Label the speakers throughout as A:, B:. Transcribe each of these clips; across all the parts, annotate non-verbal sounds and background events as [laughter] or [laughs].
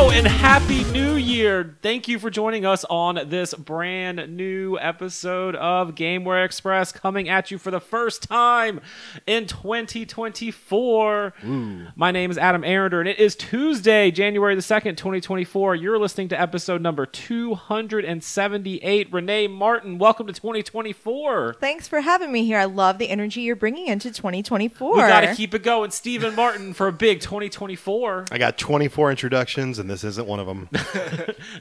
A: Happy New Year! Thank you for joining us on this brand new episode of Gameware Express coming at you for the first time in 2024. My name is Adam Arender, and it is Tuesday, January the 2nd, 2024. You're listening to episode number 278. Renee Martin, welcome to 2024.
B: Thanks for having me here. I love the energy you're bringing into 2024.
A: We gotta keep it going. Stephen Martin for a big 2024.
C: I got 24 introductions, and this isn't one of
D: [laughs]
C: them.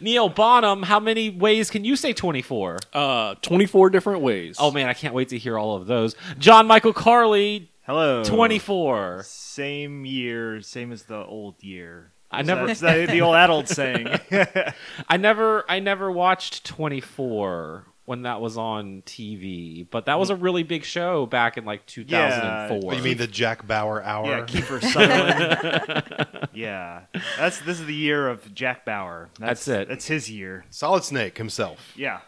A: Neil Bonham, how many ways can you say 24?
D: Uh, 24 different ways.
A: Oh man, I can't wait to hear all of those. John Michael Carley,
E: Hello.
A: 24.
E: Same year, same as the old year.
A: I
E: Is
A: never-
E: that- is that the old adult saying.
A: I never I never watched 24 when that was on TV, but that was a really big show back in like 2004.
C: What, Oh, you mean the Jack Bauer hour?
E: yeah, Kiefer Sutherland. yeah, that's this is the year of Jack Bauer.
A: That's it.
E: That's his year.
C: Solid Snake himself.
E: Yeah.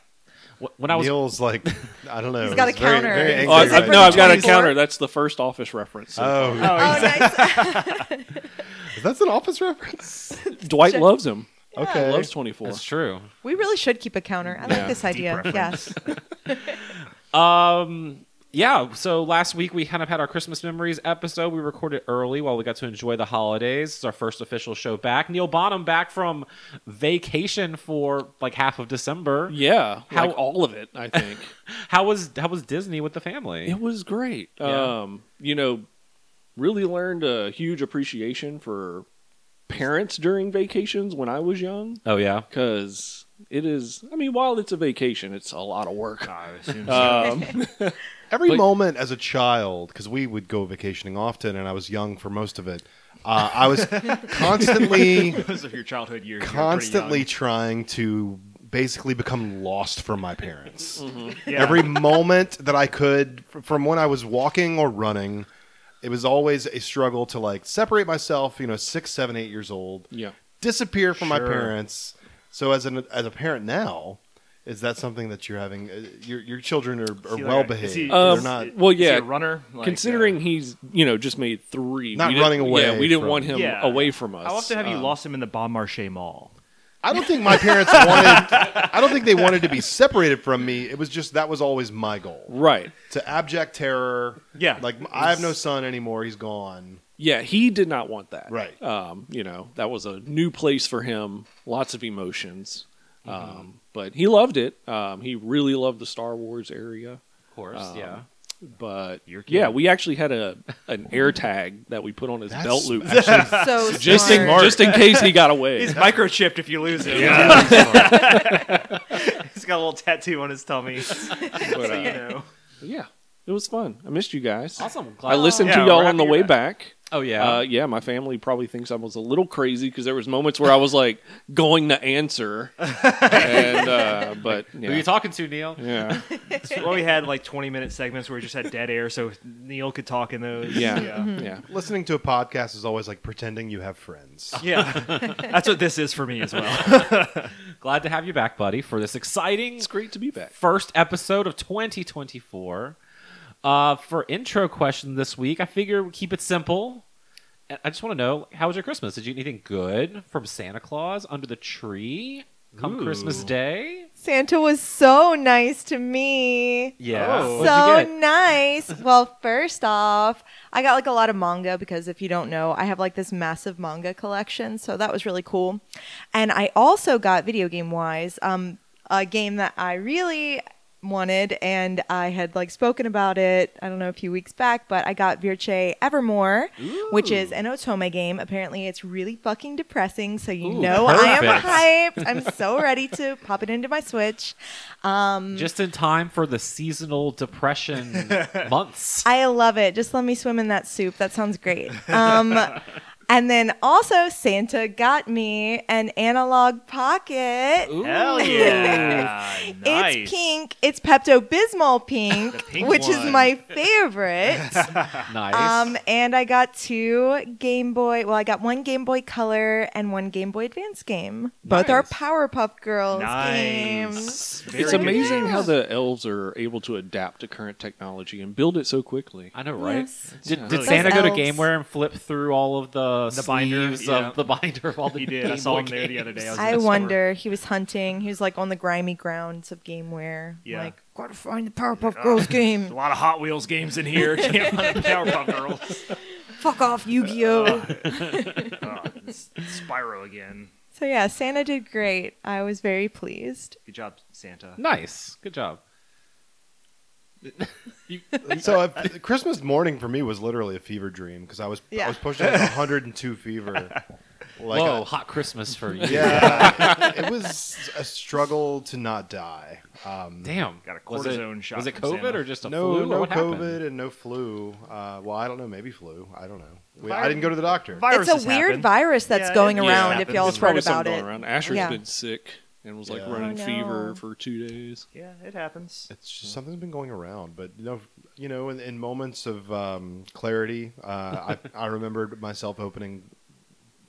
A: Wh- when I was
C: Neil's like, I don't know.
B: He's got a
C: it's very-
B: counter.
C: very
B: He's
C: angry
D: Oh, I,
B: like
D: I-
C: right
D: no, I've got a
B: 24.
D: counter. That's the first office reference.
C: now. Oh,
E: Oh,
B: Oh,
E: he's-
A: [laughs]
B: nice.
D: Oh.
C: that's an office reference.
D: Dwight loves him.
C: okay.
D: Loves 24.
A: That's true.
B: [laughs] we really should keep a counter. I like this idea. Yes.
A: Yeah, so last week we kind of had our Christmas memories episode. We recorded early while we got to enjoy the holidays. It's our first official show back. Neil Bonham back from vacation for like half of December.
D: Yeah,
A: How-
D: like all of it, I think.
A: How was how was Disney with the family?
D: it was great.
A: Yeah.
D: Um, you know, really learned a huge appreciation for parents during vacations when I was young
A: oh yeah.
D: because it is, I mean, while it's a vacation, it's a lot of work.
E: I assume so.
D: [laughs] Um,
C: Every
D: Like-
C: moment as a child, because we would go vacationing often, and I was young for most of it. Uh,
B: [laughs]
C: I was
D: [laughs]
C: constantly,
E: [laughs] Those of your childhood years. you were pretty
C: constantly
E: young.
C: trying to basically become lost from my parents.
D: Mm.
E: Yeah. [laughs]
C: Every moment that I could, f- from when I was walking or running, it was always a struggle to like separate myself. You know, six, seven, eight years old,
D: yeah.
C: disappear from my
E: Sure.
C: parents. So as an as a parent now, is that something that you're having? uh, Your your children are,
E: Is
C: are
E: he
C: well
E: like a- is
C: behaved.
E: he-
D: Um,
C: They're not.
D: well,
E: is he
D: yeah.
E: a runner. Like,
D: Considering
E: uh,
D: he's, you know, just made three.
C: Not
D: we didn't-
C: running away
D: Yeah, we didn't
C: from-
D: want him
E: Yeah.
D: away from us.
E: how often have you
D: Um,
E: lost him in the Bon Marché Mall?
C: I don't think my
E: [laughs]
C: parents wanted. I don't think they wanted to be separated from me. It was just that was always my goal
D: Right.
C: to abject terror.
E: Yeah.
C: like I have no son anymore. He's gone.
D: Yeah, he did not want that.
E: Uh,
C: Right.
D: Um, you know, that was a new place for him, lots of emotions. Um, but he loved it. Um, he really loved the Star Wars area.
A: Of course,
D: Um,
A: yeah.
D: But
E: Your kid.
D: yeah, we actually had a an air tag that we put on his
C: That's-
D: belt loop
B: [laughs]
C: Actually,
B: So
D: just in,
B: smart.
D: just in case he got away.
E: [laughs] He's microchipped if you lose him. [laughs] he's got a little tattoo on his [laughs] tummy. so
D: But,
E: you
D: uh,
E: know.
D: yeah. It was fun. I missed you guys.
A: Awesome. Glad-
D: I listened
E: Yeah,
D: to y'all
E: we're
D: on the
E: happy
D: way
E: you're
D: back.
A: Oh yeah.
D: Uh, yeah, my family probably thinks I was a little crazy because there was moments where I was like going to answer, and uh, but yeah.
A: Who are you talking to, Neil?
D: yeah, [laughs]
E: well, we had like 20 minute segments where we just had dead air, so Neil could talk in those.
D: Yeah. Mm-hmm. yeah.
E: Yeah.
C: listening to a podcast is always like pretending you have friends.
B: Mm-hmm.
E: Yeah. That's what this is for me as well.
A: Glad to have you back, buddy, for this exciting
D: It's great to be back.
A: first episode of 2024. Uh, for intro question this week, I figure we keep it simple. And I just want to know how was your Christmas? Did you get anything good from Santa Claus under the tree come
E: Ooh.
A: Christmas Day?
B: Santa was so nice to me.
A: Yeah.
E: Oh.
B: so
A: Uh, What'd you get?
B: nice. Well, first off, I got like a lot of manga because if you don't know, I have like this massive manga collection. So that was really cool. And I also got video game wise um, a game that I really wanted and I had like spoken about it, I don't know, a few weeks back, but I got Virche Evermore, which is an Otome game. Apparently, it's really fucking depressing. So you
A: Ooh,
B: know
A: perfect.
B: I am hyped. I'm so ready to pop it into my Switch.
A: Just in time for the seasonal [laughs] depression months.
B: I love it. Just let me swim in that soup. That sounds great. Um, and then also, Santa got me an analog pocket.
A: Ooh.
E: Hell yeah. nice.
B: It's pink. It's Pepto Bismol pink,
E: pink
B: which is
E: one.
B: my favorite.
A: Nice.
B: um, and I got two Game Boy. Well, I got one Game Boy Color and one Game Boy Advance game. Both are
A: Nice.
B: Powerpuff Girls games.
E: Nice. Very
D: it's
E: good.
D: amazing how the elves are able to adapt to current technology and build it so quickly.
A: I know, right?
B: Yes.
A: Did,
D: Yeah.
A: did
E: Those
A: Santa go to
B: elves.
A: GameWare and flip through all of the the,
E: The binder,
A: sleeves
E: yeah.
A: of the binder of all the
E: He did. I
A: Game
E: saw
A: Boy
E: him there the other day. I
A: games.
E: was in
B: I
E: the store.
B: wonder. He was hunting. He was like on the grimy grounds of Gameware.
E: Yeah.
B: Like, gotta find the Powerpuff Girls
E: A [laughs]
B: game.
E: lot of Hot Wheels games
B: [laughs]
E: in here. Can't find the Powerpuff Girls.
B: Fuck off, Yu Gi Oh!
E: Oh, it's Spyro again.
B: so, yeah, Santa did great. I was very pleased.
E: Good job, Santa.
A: [laughs] Nice. Good job.
C: So uh, Christmas morning for me was literally a fever dream because I was I
B: Yeah.
C: was pushing like 102 fever. Like
A: Whoa,
C: uh,
A: hot Christmas
C: [laughs]
A: for [laughs] you.
C: yeah, it was a struggle to not die. Um,
A: Damn.
E: Got a
A: Was it-
E: cortisone shot
A: Was it
E: from
A: COVID
E: Santa.
A: or just a
C: no,
A: flu? or
C: no
A: what
C: COVID
A: happened?
C: and no flu. Uh, well, I don't know. Maybe flu. I don't know. We,
E: Virus-
C: I didn't go to the doctor.
B: it's a
E: Viruses
B: weird
E: happen.
B: virus that's
E: Yeah,
B: going
E: it-
D: yeah,
B: around.
E: it
B: if
E: happens.
B: y'all
E: It's
B: have heard
D: There's
B: about
D: probably something
B: it,
D: going around. Asher's
B: Yeah.
D: been sick and was like
C: Yeah.
D: running
B: Oh, no.
D: fever for two days.
E: Yeah, it happens.
C: It's just something's been going around, but you know, you know, in, in moments of um, clarity, uh, I, I remembered myself opening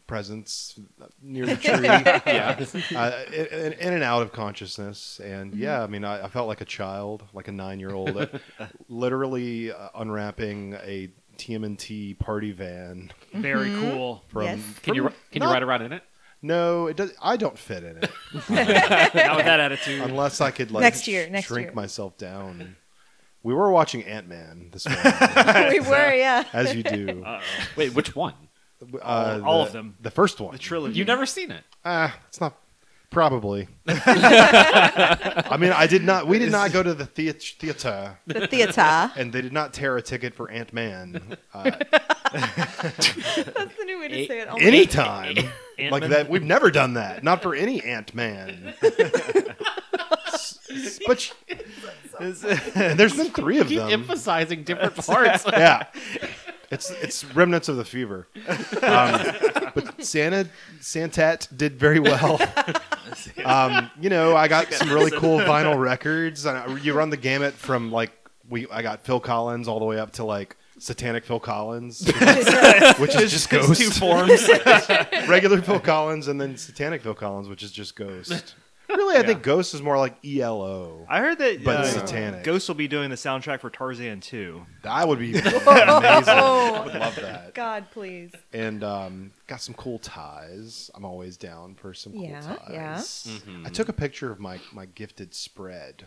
C: presents near the
A: [laughs]
C: tree,
A: Yeah.
C: uh, in, in and out of consciousness, and
E: Mm-hmm.
C: yeah, I mean, I, I felt like a child, like a nine-year-old,
E: [laughs]
C: literally uh, unwrapping a TMNT party van
B: Mm-hmm.
E: Very cool.
C: from.
B: [laughs] Yes.
A: Can you can you
C: Not-
A: ride around in it?
C: No, it does. I don't fit in it
E: [laughs] Not with that attitude.
C: unless I could like
B: Next year, next
C: shrink
B: year.
C: myself down. We were watching Ant Man this
E: [laughs]
C: morning,
B: [laughs] we were, yeah.
C: as you do.
E: Uh-oh.
A: Wait, which one?
C: Uh,
E: all
C: the-
E: of them.
C: The first one.
E: The trilogy.
A: You've never seen it.
C: Ah, it's not.
E: [laughs]
C: Probably. I mean, I did not. We did
E: [laughs]
C: not go to the theat- theater,
B: The theater.
C: and they did not tear a ticket for Ant
E: [laughs]
C: Man uh,
B: that's the new way to say it. [laughs] Oh my
C: anytime.
E: Ant-Man?
C: Like that, we've never done that. Not for any Ant Man. but sh-
D: [laughs]
C: there's been three of
A: Keep
C: them.
A: emphasizing
C: [laughs]
A: different parts. [laughs]
C: yeah. It's it's remnants of the fever. Um, but Santa Santat did very
E: [laughs]
C: well. Um, you know, I got some really cool vinyl records. And I- you run the gamut from like we I got Phil Collins all the way up to like Satanic Phil Collins, [laughs] which is just ghost.
E: two forms.
C: [laughs] Regular Phil Collins and then Satanic Phil Collins, which is just ghost. Really, I
E: Yeah.
C: think ghost is more like E ELO.
E: I heard that
C: But
E: uh,
C: satanic.
E: Ghost will be doing the soundtrack for Tarzan 2.
C: That would
E: [laughs]
C: be amazing. I would love that.
B: God, please.
C: and um, got some cool ties. I'm always down for some cool
B: Yeah, yeah.
C: ties.
E: Mm-hmm.
C: I took a picture of my my gifted spread,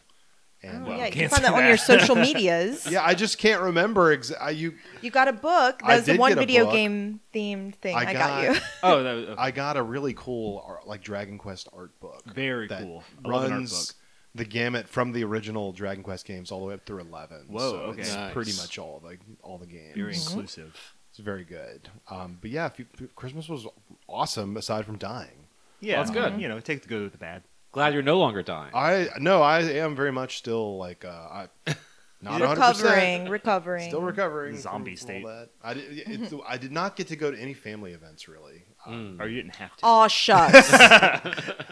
C: and
B: Oh,
C: uh,
B: yeah, you can
E: can't
B: find
E: say
B: that on
E: that.
B: your social medias.
C: yeah, I just can't remember exa- you.
B: You got a book.
C: I
B: That's the
C: did
B: one
C: get a
B: video
C: book.
B: game themed thing.
C: I
B: I, got,
C: got-
B: you. [laughs]
A: Oh, that was,
C: I got a really cool art, like Dragon Quest art book.
E: Very
C: that
E: cool. I love an art book.
C: Runs the gamut from the original Dragon Quest games all the way up through eleven.
E: Whoa,
C: so
E: okay.
C: it's
D: Nice.
C: pretty much all the all the games.
E: Very
B: Mm-hmm.
E: inclusive.
C: It's very good. Um, but yeah, if you, Christmas was awesome aside from dying.
E: Yeah,
A: that's good.
E: You know, take the good with the bad.
A: glad you're no longer dying.
C: I no, I am very much still like uh, I,
E: [laughs]
C: not 100%,
B: recovering, recovering.
C: still recovering.
E: Zombie
C: from all
E: state.
C: that. I did,
E: [laughs]
C: it's, I did not get to go to any family events really. Um,
A: Mm.
E: Or you didn't have to.
B: Aw, shucks.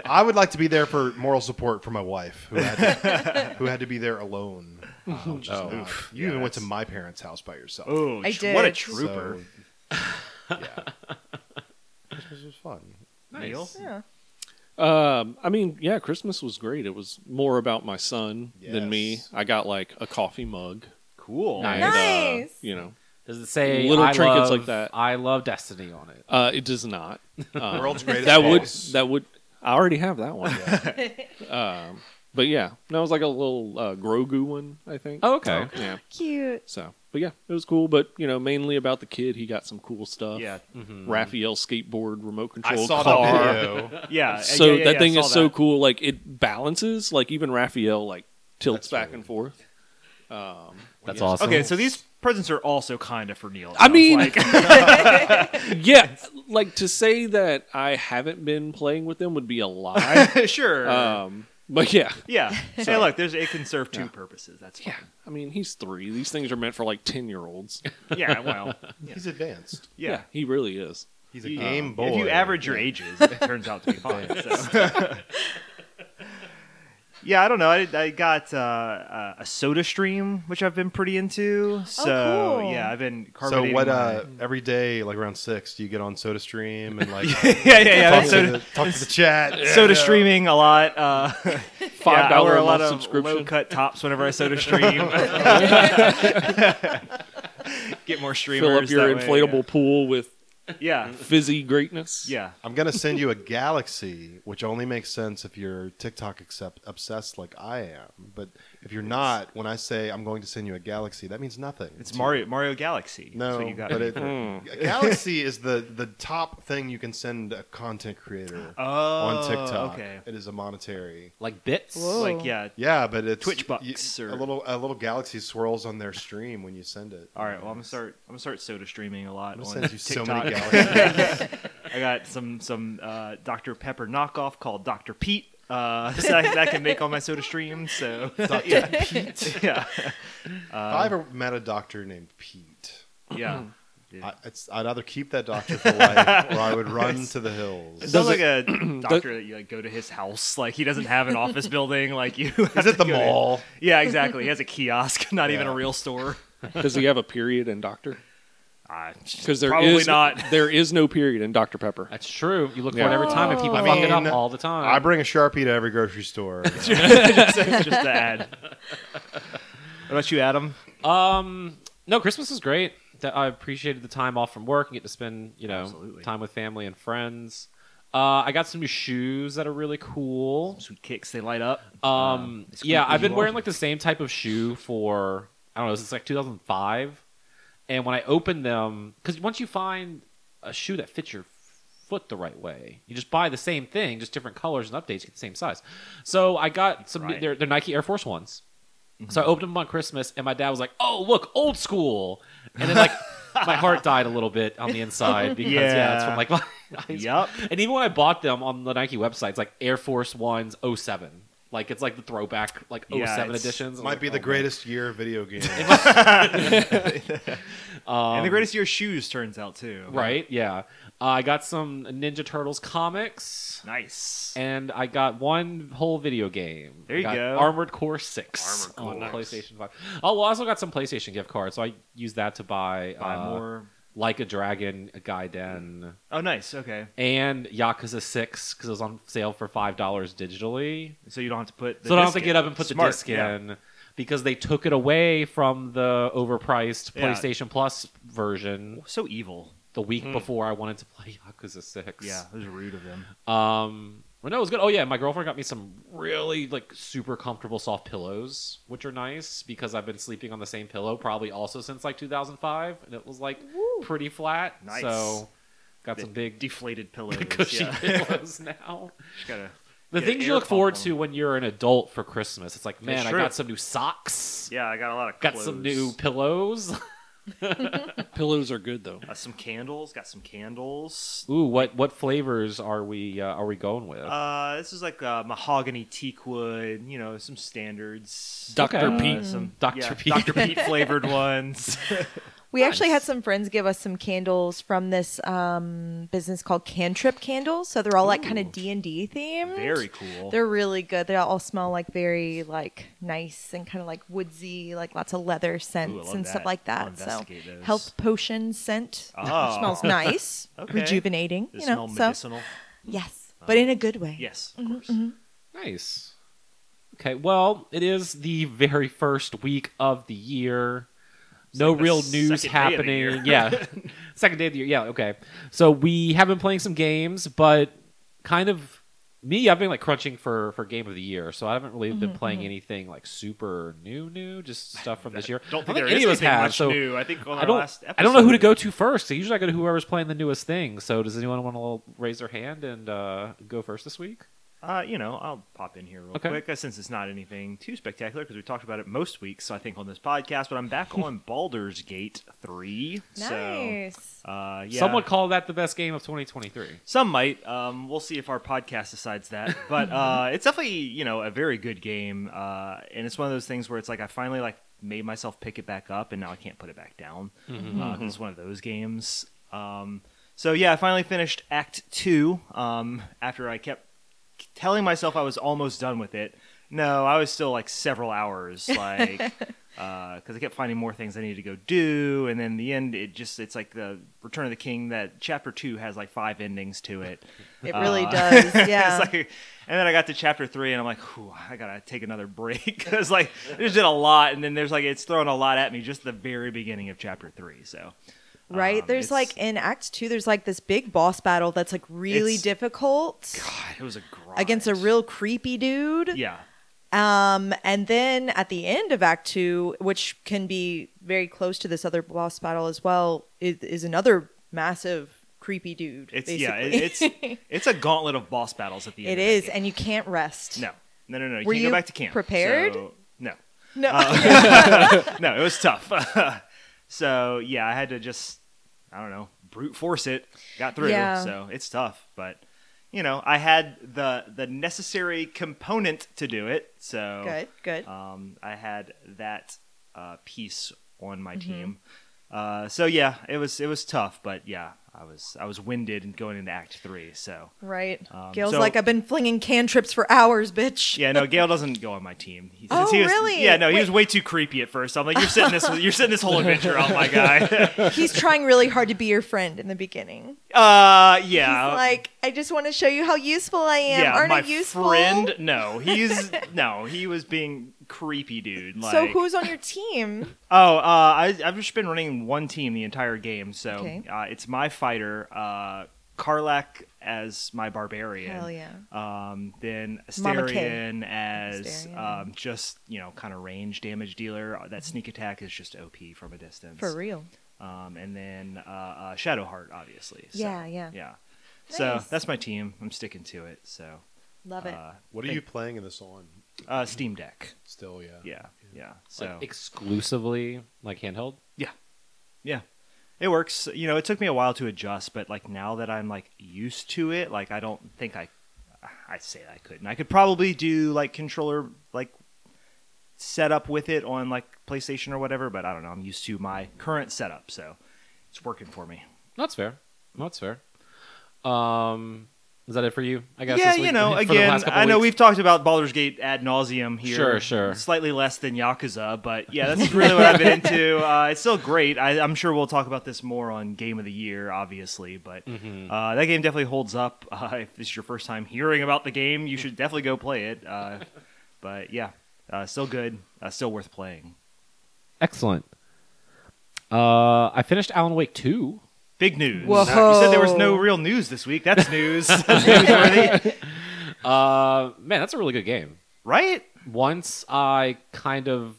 C: I would like to be there for moral support for my wife, who had
E: [laughs]
C: to, who had to be there alone. Uh, which is
A: Oh.
C: not-
E: Oof.
C: you
E: Yeah,
C: even went to
E: that's-
C: my parents' house by yourself.
E: Oh,
B: I
E: tr- what a
B: did.
E: trooper.
C: So, yeah, Christmas was fun.
E: Neil?
A: Nice.
B: Yeah.
D: Um, I mean, yeah, Christmas was great. It was more about my son than me.
C: Yes.
D: I got like a coffee mug.
E: Cool.
A: Nice.
D: uh,
B: Nice.
D: you know,
A: Does it say
D: Little
A: I
D: trinkets
A: love-
D: like that.
A: I love Destiny on it.
D: uh, it does not. Um,
C: World's greatest
D: that would
C: boss.
D: that would. I already have that
E: [laughs]
D: one. [laughs] um, but yeah, that was like a little uh, Grogu one, I think.
A: Oh, okay.
D: Yeah.
B: Cute.
D: So, but yeah, it was cool. But you know, mainly about the kid. He got some cool stuff.
E: Yeah,
A: Mm-hmm.
D: Raphael skateboard remote
C: I
D: control
C: saw
D: car.
C: that video.
E: yeah.
D: so
E: yeah, yeah,
D: that
E: yeah, I
D: thing is
E: saw
D: so
E: that.
D: cool. Like it balances. Like even Raphael like tilts back and forth. Um,
A: That's
D: yeah.
A: awesome.
E: Okay, so these presents are also kind of for Neil. it
D: I
E: sounds
D: mean- [laughs]
E: like. [laughs]
D: yeah, like to say that I haven't been playing with them would be a
E: [laughs]
D: lie.
E: sure.
D: um, but yeah,
B: [laughs]
E: yeah. Hey, look, there's it can serve two purposes. That's fine.
D: yeah. I mean, he's three. These things are meant for like ten year olds. [laughs]
E: Yeah. well. Yeah.
C: He's advanced.
E: yeah.
D: he really is.
C: He's a
E: You-
C: game boy.
E: If you average your ages, it turns out to be [laughs] fine. so. yeah, I don't know. I, I got uh, uh, a Soda Stream, which I've been pretty into. So
B: cool.
E: yeah, I've been
C: So
E: carbonating.
C: what?
E: my-
C: Uh, every day, like around six, do you get on SodaStream and like
E: [laughs] [laughs] yeah, yeah, yeah.
C: talk,
E: I've been
C: to
E: soda,
C: the, talk to the
E: [laughs]
C: chat?
E: soda streaming a lot. Uh,
D: Five
E: yeah, I wear
D: dollar
E: a lot
D: month
E: of low
D: subscription.
E: cut tops whenever I soda stream. [laughs] Get more streamers.
D: Fill up your
E: that way,
D: inflatable
E: yeah.
D: pool with
E: Yeah.
D: fizzy greatness. [laughs]
E: Yeah.
C: I'm gonna send you a galaxy, which only makes sense if you're TikTok accept, obsessed like I am. But if you're not, when I say I'm going to send you a galaxy, that means nothing.
E: It's Mario Mario Galaxy. That's
C: No,
E: what you got.
C: but it, a galaxy is the the top thing you can send a content creator
E: oh,
C: on TikTok.
E: Okay.
C: It is a monetary.
A: Like bits.
B: Whoa.
E: Like yeah.
C: Yeah, but it's
E: Twitch bucks
C: you-
E: or-
C: a little a little galaxy swirls on their stream when you send it.
E: All right. Well, I'm gonna start. I'm gonna start soda streaming a lot
C: I'm
E: on
C: gonna send you so
E: TikTok.
C: many [laughs] galaxies.
E: I got some some uh, Dr Pepper knockoff called Dr Pete. Uh, [laughs] so that, that can make on my soda stream. So Dr Pete. [laughs] Yeah.
C: I've ever met a doctor named Pete. Hmm.
E: Yeah.
C: I, it's, I'd either keep that doctor for life, or I would run to the
E: It
C: hills.
E: sounds like a
A: [clears throat]
E: doctor that you like go to his house. Like he
A: [laughs]
E: doesn't have an office building. Like you.
C: Is it the mall?
E: Yeah, exactly. He has a kiosk, [laughs] not even a
C: Yeah.
E: real store.
D: Does he have a period in Doctor? Because
E: Because
D: there
E: probably
A: [laughs]
D: is-
E: not.
D: There is no period in Dr Pepper.
A: That's true. You look
D: Yeah.
A: for it every time and people
C: I
A: fuck it up
C: mean,
A: all the time.
C: I bring a sharpie to every grocery store.
E: just, just to add. What about you, Adam?
A: Um, no, Christmas is great. That I appreciated the time off from work and get to spend, you know,
E: Absolutely.
A: time with family and friends. Uh, I got some new shoes that are really cool.
E: Sweet kicks, they light up.
A: Um,
E: they
A: yeah,
E: squeak
A: I've
E: you
A: been wearing
E: off.
A: like the same type of shoe for I don't know, since like 2005. And when I opened them, because once you find a shoe that fits your foot the right way, you just buy the same thing, just different colors and updates, get the same size. So I got some.
E: Right.
A: They're, they're Nike Air Force Ones. So I opened them on Christmas, and my dad was like, "Oh, look, old school," and then like. My heart died a little bit on the inside because yeah, it's
E: Yeah.
A: from like my high school.
E: Yup.
A: And even when I bought them on the Nike website, it's like Air Force Ones 07. Like it's like the throwback like 07
E: Yeah, it's-
A: editions. I'm
C: Might
A: like,
C: be
A: oh,
C: the
A: man.
C: greatest year of video games.
E: and the greatest of your shoes turns out too.
A: Um, Right? Yeah. Uh, I got some Ninja Turtles comics
E: Nice.
A: and I got one whole video game.
E: There
A: I
E: you
A: got
E: go.
A: Armored Core 6
E: Armored
A: on
E: Core.
A: PlayStation 5. Oh, well, I also got some PlayStation gift cards, so I used that to buy,
E: Buy
A: uh,
E: more.
A: Like a Dragon, Gaiden,
E: Oh, nice. Okay.
A: and Yakuza 6 because it was on sale for $5 digitally.
E: So you don't have to put. The
A: so I don't have
E: disc
A: to get
E: in.
A: up and put
E: Smart,
A: the disc
E: yeah.
A: in because they took it away from the overpriced
E: Yeah.
A: PlayStation Plus version
E: So evil.
A: the week before I wanted to play [laughs] Yakuza Six.
E: Hmm. Yeah, it was rude of them.
A: Um. But no, it was good. Oh yeah, my girlfriend got me some really like super comfortable soft pillows, which are nice because I've been sleeping on the same pillow probably also since like 2005, and it was like pretty flat.
E: Nice.
A: So got some big
E: deflated pillows.
A: [laughs] cushy [laughs]
E: yeah. [laughs]
A: pillows now.
E: Just gotta
A: The
E: get an
A: things
E: air
A: you look
E: pump
A: forward
E: on
A: to when you're an adult for Christmas. It's like, man, I
E: true.
A: got some new socks.
E: them. Yeah, I got a lot of.
A: Got
E: clothes.
A: some new pillows. [laughs]
D: Pillows are good though.
E: Uh, some candles. Got some candles.
A: Ooh, what what flavors are we uh, are we going with?
E: Uh, this is like uh, mahogany teak wood, you know, some standards.
D: Dr.
E: Uh,
D: Pete.
E: some
A: Dr.
E: yeah,
A: Pete. [laughs]
E: Dr. Pete flavored ones.
B: We actually had some friends give us some candles from this um, business called Cantrip Candles. So they're all like kind of D and D themed.
E: Very cool.
B: They're really good. They all smell like very like nice and kind of like woodsy, like lots of leather scents
E: love
B: and stuff
E: that.
B: like
E: I'll
B: that. So
E: investigate those.
B: health potion scent [laughs]
E: Oh.
B: smells
E: [laughs]
B: nice,
E: Okay.
B: rejuvenating.
E: They
B: you know,
E: smell
B: so Mm-hmm,
E: medicinal. Uh,
B: yes, but in a good way.
E: Yes, of course.
A: nice. Okay, well, it is the very first week of the year. no
E: like the
A: real news
E: second day of the
A: happening.
E: year.
A: [laughs] yeah. second day of the year. Yeah, okay. So we have been playing some games, but kind of me, I've been like crunching for for game of the year. So I haven't really been playing anything like super new new, just stuff from this year.
E: Don't
A: I
E: think there is
A: any of us
E: anything
A: have,
E: much
A: so
E: new. I think on
A: I
E: our
A: don't.
E: last episode,
A: I don't know who to go to first. So usually I go to whoever's playing the newest thing. So does anyone want to raise their hand and uh, go first this week?
E: Uh, you know, I'll pop in here real
A: Okay.
E: quick uh, since it's not anything too spectacular because we talked about it most weeks. So I think on this podcast, but
A: [laughs]
E: I'm back on Baldur's Gate three.
B: Nice.
E: So, uh, yeah.
A: Someone called that the best game of 2023.
E: Some might. Um, we'll see if our podcast decides that. But uh, it's definitely you know a very good game, uh, and it's one of those things where it's like I finally like made myself pick it back up, and now I can't put it back down. Uh, it's one of those games. Um, so yeah, I finally finished Act Two um, after I kept telling myself I was almost done with it. No, I was still like several hours, like because uh, I kept finding more things I needed to go do, and then the end, it just it's like the Return of the King. That chapter two has like five endings to it. [laughs]
B: It really
E: Uh,
B: does. Yeah.
E: It's like- and then I got to chapter three, and I'm like, "Whew, I gotta take another break [laughs] because like I just did a lot, and then there's like it's throwing a lot at me just the very beginning of chapter three. So
B: right?
E: Um,
B: there's
E: it's-
B: like in Act Two, there's like this big boss battle that's like really
E: It's-
B: difficult
E: God, it was a grind.
B: against a real creepy dude.
E: Yeah.
B: Um, and then at the end of Act Two, which can be very close to this other boss battle as well, is, is another massive creepy dude.
E: It's yeah.
B: basically.
E: it-
B: [laughs]
E: it's it's a gauntlet of boss battles at the
B: it
E: end.
B: is,
E: Of
B: and you can't rest.
E: it. No, no, no, no. You
B: Were
E: can't
B: you
E: go back to camp.
B: prepared?
E: So, no,
B: [laughs] no.
E: Uh, no. It was tough. [laughs] so yeah, I had to just I don't know brute force it. Got through.
B: Yeah.
E: So it's tough, but you know I had the the necessary component to do it. So
B: [laughs] good, good.
E: Um, I had that uh, piece on my
B: Mm-hmm.
E: team. Uh, so yeah, it was it was tough, but yeah, I was I was winded and going into Act Three. So
B: right.
E: um,
B: Gail's
E: so-
B: like, I've been flinging cantrips for hours, bitch.
E: yeah, no, Gail doesn't go on my team. He,
B: Oh,
E: since he was,
B: really?
E: Yeah, no, he
B: Wait.
E: was way too creepy at first. I'm like, you're setting this you're setting this whole adventure up,
B: [laughs]
E: my guy.
B: He's trying really hard to be your friend in the beginning.
E: uh,
B: He's
E: yeah.
B: like, I just want to show you how useful I am.
E: yeah,
B: Aren't I
E: my
B: useful?
E: friend. No, he's no, he was being creepy, dude. Like,
B: so who's on your
E: [laughs]
B: team?
E: Oh, uh, I, I've just been running one team the entire game, so
B: Okay.
E: uh, it's my fighter, uh, Karlak as my barbarian.
B: Hell yeah.
E: Um, then
B: Mama K.
E: Asterion as
B: Asterion. Mm-hmm.
E: um, just you know kind of range damage dealer. Uh, That sneak attack is just OP from a distance.
B: For real.
E: Um, and then uh, uh, Shadowheart, obviously. So,
B: Yeah, yeah.
E: yeah. So
B: Nice.
E: that's my team. I'm sticking to it. So
B: Love it.
E: uh,
C: What are you playing in this on?
E: uh, Steam Deck.
C: Still, yeah.
E: Yeah, yeah. So
A: Like exclusively like handheld.
E: Yeah. It works. You know, it took me a while to adjust, but like now that I'm like used to it, like I don't think I I say I couldn't. I could probably do like controller like setup with it on like PlayStation or whatever, but I don't know. I'm used to my current setup, so it's working for me.
A: That's fair. That's fair. Um, is that it for you? I guess.
E: yeah,
A: this week-
E: you know,
A: [laughs] for the
E: again,
A: last couple
E: I know
A: weeks?
E: we've talked about Baldur's Gate ad nauseum here.
A: Sure, sure.
E: Slightly less than Yakuza, but
A: [laughs]
E: yeah, that's really what I've been into. Uh, it's still great. I, I'm sure we'll talk about this more on Game of the Year, obviously, but
A: Mm-hmm.
E: uh, that game definitely holds up. [laughs] Uh, if this is your first time hearing about the game, you should definitely go play it.
A: [laughs]
E: Uh, but yeah, uh, still good, uh, still worth playing.
A: Excellent. Uh, I finished Alan Wake two.
E: Big news.
B: Whoa.
E: You said there was no real news this week. That's
A: [laughs]
E: news. [laughs] That's newsworthy.
A: Uh, man, that's a really good game.
E: right?
A: Once I kind of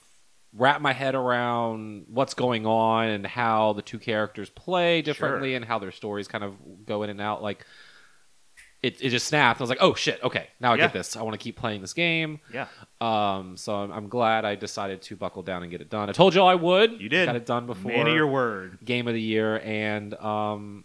A: wrap my head around what's going on and how the two characters play differently and how their stories kind of go in and out, like it, it just snapped. I was like, oh shit, okay, now I
E: Yeah.
A: get this. I want to keep playing this game.
E: Yeah.
A: Um, so I'm, I'm glad I decided to buckle down and get it done. I told you all I would.
E: You did.
A: Got it done before
E: Man of your word.
A: game of the year, and um,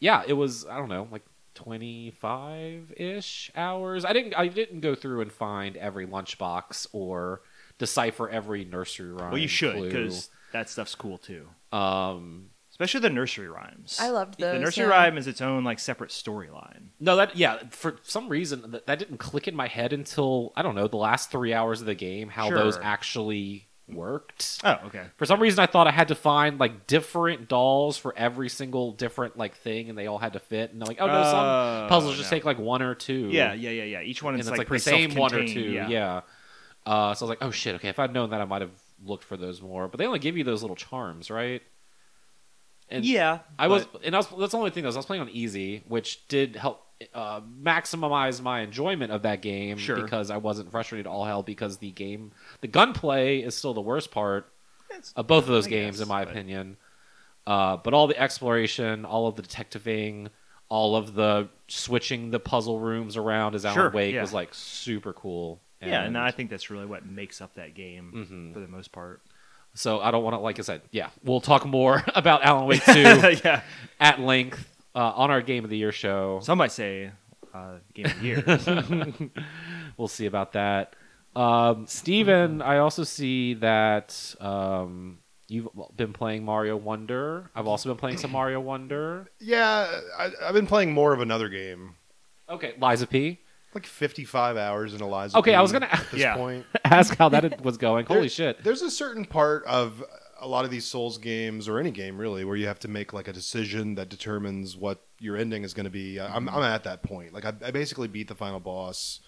A: yeah, it was I don't know like twenty five ish hours. I didn't I didn't go through and find every lunchbox or decipher every nursery rhyme.
E: Well, you should,
A: clue.
E: because that stuff's cool too.
A: um,
E: especially the nursery rhymes.
B: I loved those.
E: the nursery
B: yeah.
E: rhyme is its own like separate storyline.
A: no that yeah for some reason that, that didn't click in my head until I don't know the last three hours of the game how those
E: Sure.
A: actually worked.
E: Oh, okay.
A: For some reason, I thought I had to find like different dolls for every single different like thing, and they all had to fit. And they're like, oh no, some
E: Oh,
A: puzzles just
E: no.
A: take like one or two.
E: Yeah, yeah, yeah, yeah. Each one
A: and
E: is
A: it's
E: like,
A: like, the
E: pretty
A: same one or two.
E: self-contained,
A: Yeah. Uh, so I was like, oh shit, okay. If I'd known that, I might have looked for those more. But they only give you those little charms, right? And
E: yeah.
A: I
E: but-
A: was, and I was. That's the only thing that was. I was playing on easy, which did help uh, maximize my enjoyment of that game
E: Sure.
A: because I wasn't frustrated all hell because the game, the gunplay is still the worst part of both of those
E: I
A: games,
E: guess,
A: in my
E: but-
A: opinion. Uh, but all the exploration, all of the detectiving, all of the switching the puzzle rooms around as Alan
E: Sure,
A: Wake
E: yeah.
A: was like super cool.
E: yeah, and I think that's really what makes up that game
A: Mhm.
E: for the
A: [laughs]
E: most part.
A: so I don't want to, like I said, yeah, we'll talk more [laughs] about Alan Wake
E: [laughs]
A: 2
E: yeah.
A: at length uh, on our Game of the Year show.
E: Some might say uh, game of the
A: [laughs]
E: year.
A: we'll see about that. Um, Steven, I also see that um, you've been playing Mario Wonder. I've also been playing some Mario Wonder.
C: Yeah, I, I've been playing more of another game.
A: Okay, Liza P.
C: Like 55 hours in Eliza.
A: Okay, I was
C: P
A: gonna- [laughs]
C: At this
E: Yeah.
C: point.
A: Ask how that was going. Holy
C: There-
A: shit.
C: There's a certain part of a lot of these Souls games, or any game really, where you have to make like a decision that determines what your ending is going to be. I- I'm,
A: Mm-hmm.
C: I'm at that point. Like I, I basically beat the final boss,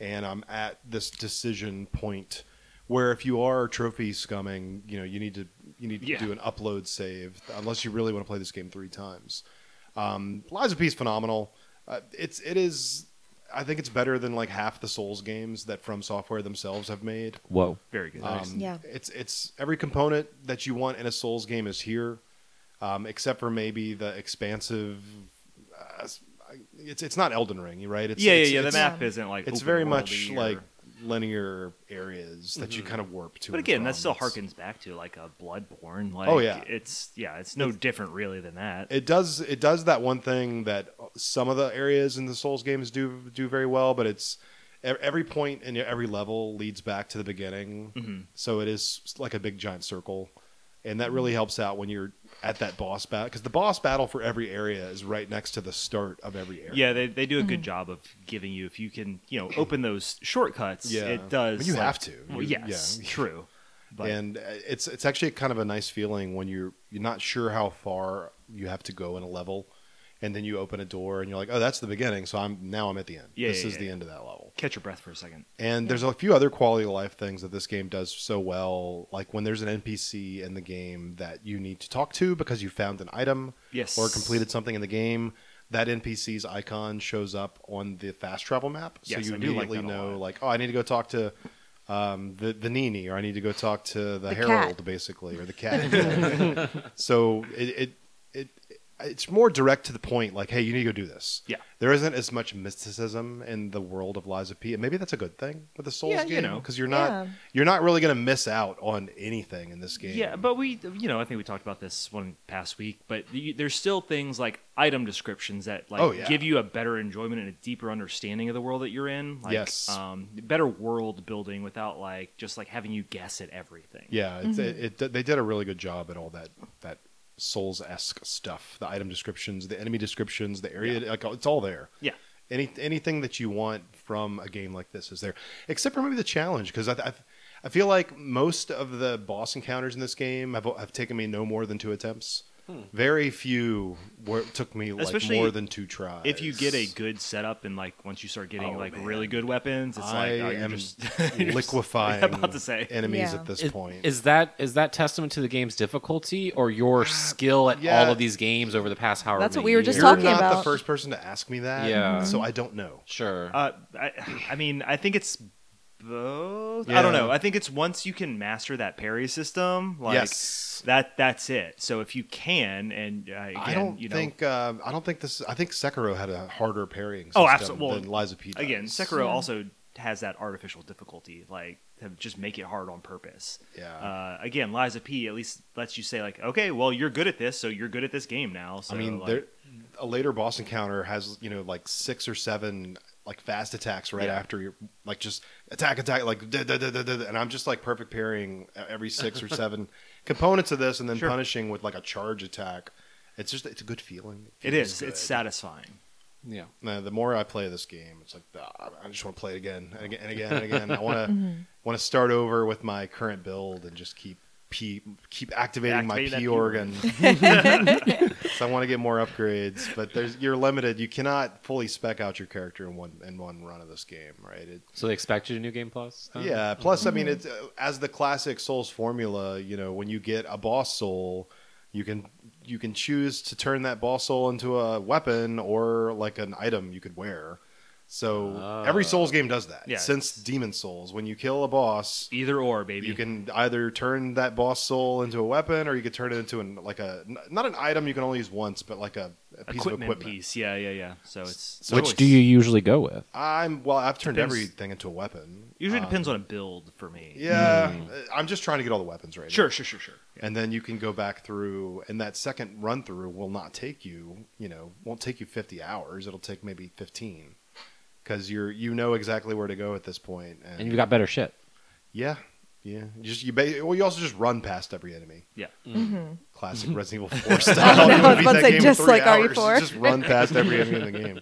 C: and I'm at this decision point where if you are trophy scumming, you know you need to you need to
E: Yeah.
C: do an upload save unless you really want to play this game three times. Um, Lies of P is phenomenal. Uh, it's it is. I think it's better than like half the Souls games that From Software themselves have made.
A: Whoa.
E: Very good.
C: Um,
B: Yeah.
C: It's it's every component that you want in a Souls game is here, um, except for maybe the expansive. Uh, s- I- it's it's not Elden Ring, right? It's,
E: yeah, yeah,
C: it's-
E: yeah. The
C: it's-
B: um,
E: map isn't like
C: It's
E: open
C: very much
E: world-y or-
C: like
E: Mm-hmm.
C: linear areas that you kind of warp to.
E: But
C: and
E: again,
C: from.
E: that still
C: It's-
E: harkens back to like a Bloodborne. Like,
C: Oh, yeah.
E: it's yeah, it's no different really than that.
C: It does it does that one thing that some of the areas in the Souls games do do very well, but it's e- every point and every level leads back to the beginning.
E: Mm-hmm.
C: So it is like a big giant circle, and that
E: Mm-hmm.
C: really helps out when you're at that boss battle because the boss battle for every area is right next to the start of every area.
E: yeah, they, they do a good job of giving you if you can you know open those shortcuts.
C: Yeah.
E: it does.
C: But you
E: like-
C: have to.
E: Well,
C: You-
E: yes,
C: yeah. [laughs]
E: true. But
C: and uh, it's it's actually kind of a nice feeling when you're you're not sure how far you have to go in a level, and then you open a door and you're like, oh, that's the beginning. So I'm now I'm at the end.
E: Yeah,
C: this
E: yeah,
C: is
E: yeah,
C: the
E: yeah.
C: end of that level.
E: catch your breath for a second.
C: And there's a few other quality of life things that this game does so well, like when there's an NPC in the game that you need to talk to because you found an item
E: Yes.
C: or completed something in the game, that NPC's icon shows up on the fast travel map, so
E: Yes,
C: you
E: I do like
C: immediately
E: that a
C: know
E: lot.
C: like, oh, I need to go talk to um, the the Nini, or I need to go talk to the,
B: The cat.
C: Herald, basically, or the
E: [laughs]
C: cat. so it, it it it's more direct to the point, like, hey, you need to go do this
E: Yeah.
C: there isn't as much mysticism in the world of Lies of P, and maybe that's a good thing with the Souls
E: Yeah,
C: game,
E: you know.
C: because you're not
B: Yeah.
C: you're not really going to miss out on anything in this game.
E: Yeah, but we, you know, I think we talked about this one past week. But the, there's still things like item descriptions that like
C: Oh, yeah.
E: give you a better enjoyment and a deeper understanding of the world that you're in. Like,
C: Yes.
E: um, better world building without like just like having you guess at everything.
C: yeah, it's,
E: Mm-hmm.
C: it, it, they did a really good job at all that that Souls esque stuff, the item descriptions, the enemy descriptions, the area, like it's all there.
E: yeah,
C: Any anything that you want from a game like this is there, except for maybe the challenge, because I. I I feel like most of the boss encounters in this game have, have taken me no more than two attempts. Very few were, took me like
E: Hmm. Especially
C: more than two tries.
E: if you get a good setup and like once you start getting
C: Oh,
E: like
C: man.
E: really good weapons, it's
C: I
E: like oh, you're
C: am
E: just [laughs] you're just-
C: liquefying
E: about to say.
C: enemies
B: Yeah.
C: at this
A: Is,
C: point. Uh,
A: is that is that testament to the game's difficulty or your skill at
C: yeah.
A: all of these games over the past however?
B: That's what
A: many
B: we were
A: years?
B: just
C: You're
B: talking
C: not the
B: about-
C: first person to ask me that,
A: Yeah.
C: so I don't know.
A: Sure.
E: Uh, I, I mean, I think it's both. I
C: Yeah.
E: don't know. I think it's once you can master that parry system, like
C: Yes.
E: that. That's it. So if you can, and uh, again,
C: I don't
E: you know,
C: think uh, I don't think this. I think Sekiro had a harder parrying system
E: Oh, absolute- well,
C: than Liza P. does.
E: again, Sekiro also has that artificial difficulty, like to just make it hard on purpose.
C: Yeah.
E: Uh, again, Liza P at least lets you say like, okay, well, you're good at this, so you're good at this game now. So
C: I mean,
E: like,
C: there, a later boss encounter has you know like six or seven like fast attacks right
E: Yeah.
C: after you're like just attack attack like da, da, da, da, da, da, and I'm just like perfect parrying every six or
E: [laughs]
C: seven components of this and then
E: Sure.
C: punishing with like a charge attack. It's just it's a good feeling.
E: it
C: feels
E: is.
C: good.
E: It's satisfying.
D: Yeah.
C: Now, the more I play this game, it's like ah, I just want to play it again and again and again and again. I want to want to start over with my current build and just keep P, keep activating my
E: Activate that
C: P
E: P
C: organ. [laughs]
E: [laughs]
C: so I want to get more upgrades, but there's you're limited. You cannot fully spec out your character in one in one run of this game, right? It,
A: so they expect you to new game plus?
E: Um,
A: then?
C: yeah. Plus, I mean,
E: mm-hmm.
C: it's uh, as the classic Souls formula. You know, when you get a boss soul, you can you can choose to turn that boss soul into a weapon or like an item you could wear. So every Souls game does that.
E: Ah. Yeah.
C: Since Demon Souls, when you kill a boss,
E: Either or, baby.
C: you can either turn that boss soul into a weapon, or you could turn it into an like a n- not an item you can only use once, but like a, a piece
E: equipment,
C: of equipment.
E: piece. Yeah, yeah, yeah. So it's
C: So it's-
A: usually go with?
C: I'm well. I've turned
E: Depends.
C: everything into a weapon.
E: usually depends on a build for me.
C: Um, Yeah, I'm just trying to get all the weapons right. now.
E: Sure, sure, sure, sure. Yeah.
C: and then you can go back through and that second run through will not take you you know won't take you 50 hours it'll take maybe 15 because you're you know exactly where to go at this point and,
A: And you've got better shit.
C: yeah yeah you just you ba- well you also just run past every enemy
E: Yeah.
B: [laughs]
C: classic Resident Evil 4 style. You would
B: I was
C: beat
B: about to
C: that
B: say,
C: game in
B: just
C: three
B: like
C: hours.
B: RE4.
C: Just run past
B: [laughs]
C: every enemy in the game.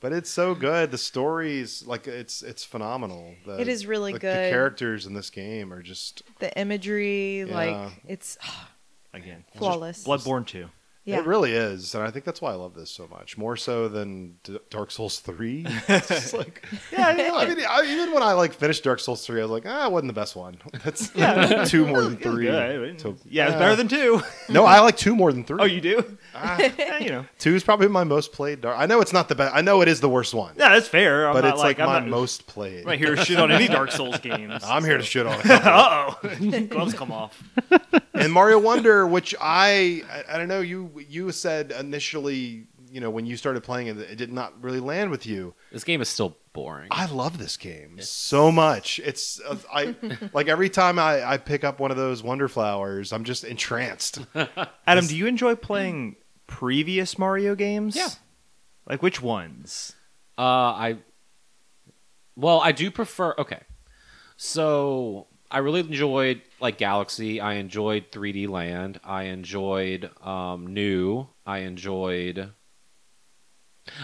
C: But it's so good. The stories, like it's it's phenomenal. The,
B: It is really
C: like, The
B: good.
C: characters in this game are just
B: The imagery,
C: Yeah.
B: like it's
E: Again,
B: Flawless.
E: Bloodborne two.
B: [sighs] Yeah.
C: It really is, and I think that's why I love this so much, more so than D- Dark Souls three. [laughs] It's
E: [laughs]
C: just like, yeah, I, know, I mean, I, even when I like finished Dark Souls three, I was like, ah, it wasn't the best one. [laughs] That's yeah, [laughs] two more than three.
E: [laughs] Yeah,
C: So-
E: yeah, it's
C: Uh,
E: better
C: [laughs]
E: than two.
C: No, I like two more than three.
E: oh, you do?
C: Ah.
E: [laughs] Eh, you know,
C: Two is probably my most played. Dark. I know it's not the best. I know it is the worst one,
E: yeah, that's fair. I'm
C: but
E: not
C: it's
E: like,
C: like, my
E: I'm not,
C: most played.
E: I'm not [laughs] here to shit on any Dark Souls games.
C: [laughs] I'm
E: [laughs]
C: here to shit on it.
E: Uh oh, [laughs] gloves come off.
C: and Mario Wonder, which I, I I don't know. You you said initially, you know, when you started playing it, it did not really land with you.
A: [laughs] This game is still boring.
C: I love this game so much. It's uh,
E: [laughs]
C: I like every time I, I pick up one of those Wonder Flowers, I'm just
E: [laughs]
C: entranced.
E: Adam, do you enjoy playing previous Mario games?
A: Yeah.
E: Like which ones?
A: Uh, I well, I do prefer. Okay, so I really enjoyed like Galaxy. I enjoyed 3D Land. I enjoyed um, New. I enjoyed.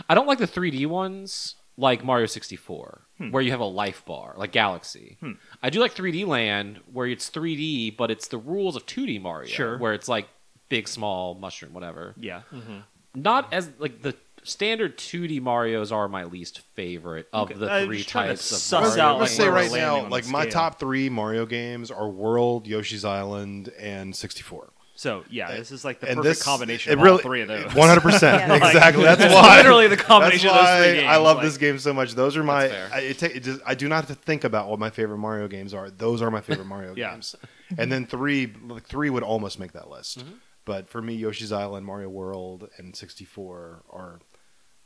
A: I don't like the 3D ones like Mario 64, where you have a life bar, like Galaxy. I do like 3D Land, where it's 3D, but it's the rules of 2D Mario,
E: Sure.
A: where it's like big, small, mushroom, whatever
E: Yeah.
C: Mm-hmm.
A: not as like the standard 2D Mario's are my least favorite of
E: Okay, I
A: the
E: was
A: three
E: just trying to
A: types of
E: suss
A: Mario.
E: out,
C: I'm
E: like,
C: gonna say
E: where we're
C: right
E: landing
C: now,
E: on
C: like
E: the
C: my
E: scale.
C: top three Mario games are World, Yoshi's Island, and
E: [laughs]
C: 64.
E: So yeah, this is like the
C: and
E: perfect
C: this
E: combination
C: it
E: of all
C: really-
E: three
C: [laughs]
E: of those.
C: 100 percent
B: Yeah.
C: exactly.
E: Like,
C: That's why
E: literally the
C: That's
E: [laughs] combination of those three
C: why
E: games.
C: I love
E: like-
C: this game so much. Those are my.
A: fair.
C: I, it ta- it just, I do not have to think about what my favorite Mario games are. Those are my
E: [laughs]
C: favorite Mario
E: Yeah.
C: games. And then three, like three would almost make that list.
E: Mm-hmm.
C: But for me, Yoshi's Island, Mario World, and 64 are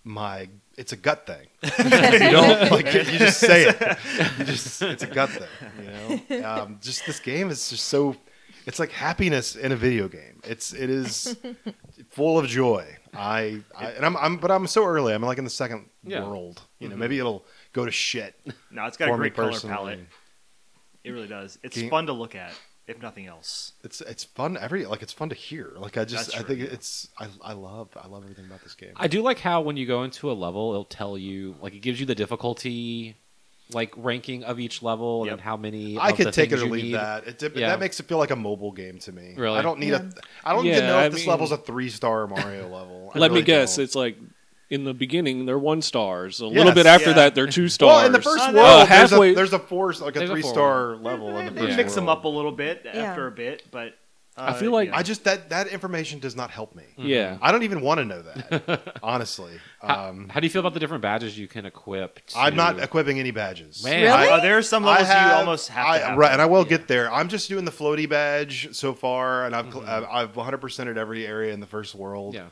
C: my. It's a gut
E: [laughs]
C: thing. you don't like it, You just say it. You [laughs] just. It's a gut thing. You know. Um, just this game is just so. It's like happiness in a video game. It's it is full of joy. I, I and I'm, I'm but I'm so early. I'm like in the second
A: Yeah.
C: world. You know, maybe it'll go to shit.
E: No, Mm-hmm. [laughs] it's got
C: for
E: a
C: me
E: great color
C: personally.
E: palette. It really does. It's
C: Game-
E: fun to look at, if nothing else.
C: It's it's fun every like it's fun to hear. Like I just
E: That's
C: I
E: true,
C: think
E: yeah.
C: it's I I love I love everything about this game.
A: I do like how when you go into a level, it'll tell you like it gives you the difficulty, like ranking of each level
E: Yep.
A: and how many.
C: I
A: of the
C: could take it
A: things
C: or
A: you
C: leave
A: need.
C: that. It did,
A: Yeah.
C: that makes it feel like a mobile game to me.
A: Really?
C: I don't need a I don't even
D: Yeah,
C: know if
D: I
C: this
D: mean-
C: level's a three star Mario level. I
D: [laughs] Let me
C: really
D: guess.
C: don't.
D: It's like in the beginning they're one stars. A
C: Yes.
D: little bit after
E: Yeah.
D: that they're two stars.
C: well in the first
E: Oh,
C: world
E: no.
D: Uh,
C: there's,
D: halfway-
C: a, there's a four like a
A: There's a
C: three
A: four.
C: star level in the
E: They
C: first
E: mix them
C: world.
E: up a little bit
B: Yeah.
E: after a bit, but
D: I
E: uh,
D: feel like-
E: yeah.
C: I just that that information does not help me.
D: yeah.
C: I don't even want to know [laughs] that, honestly. Um,
A: How do you feel about the different badges you can equip? To...
C: I'm not equipping any badges.
A: Man,
B: Really?
E: Uh, there are
C: I
E: some levels
C: have-
E: you almost have
C: I-
E: to have.
C: right, and I will
A: Yeah.
C: get there. I'm just doing the floaty badge so far, and I've cl- I've- I've 100 percented every area in the first world
A: yeah.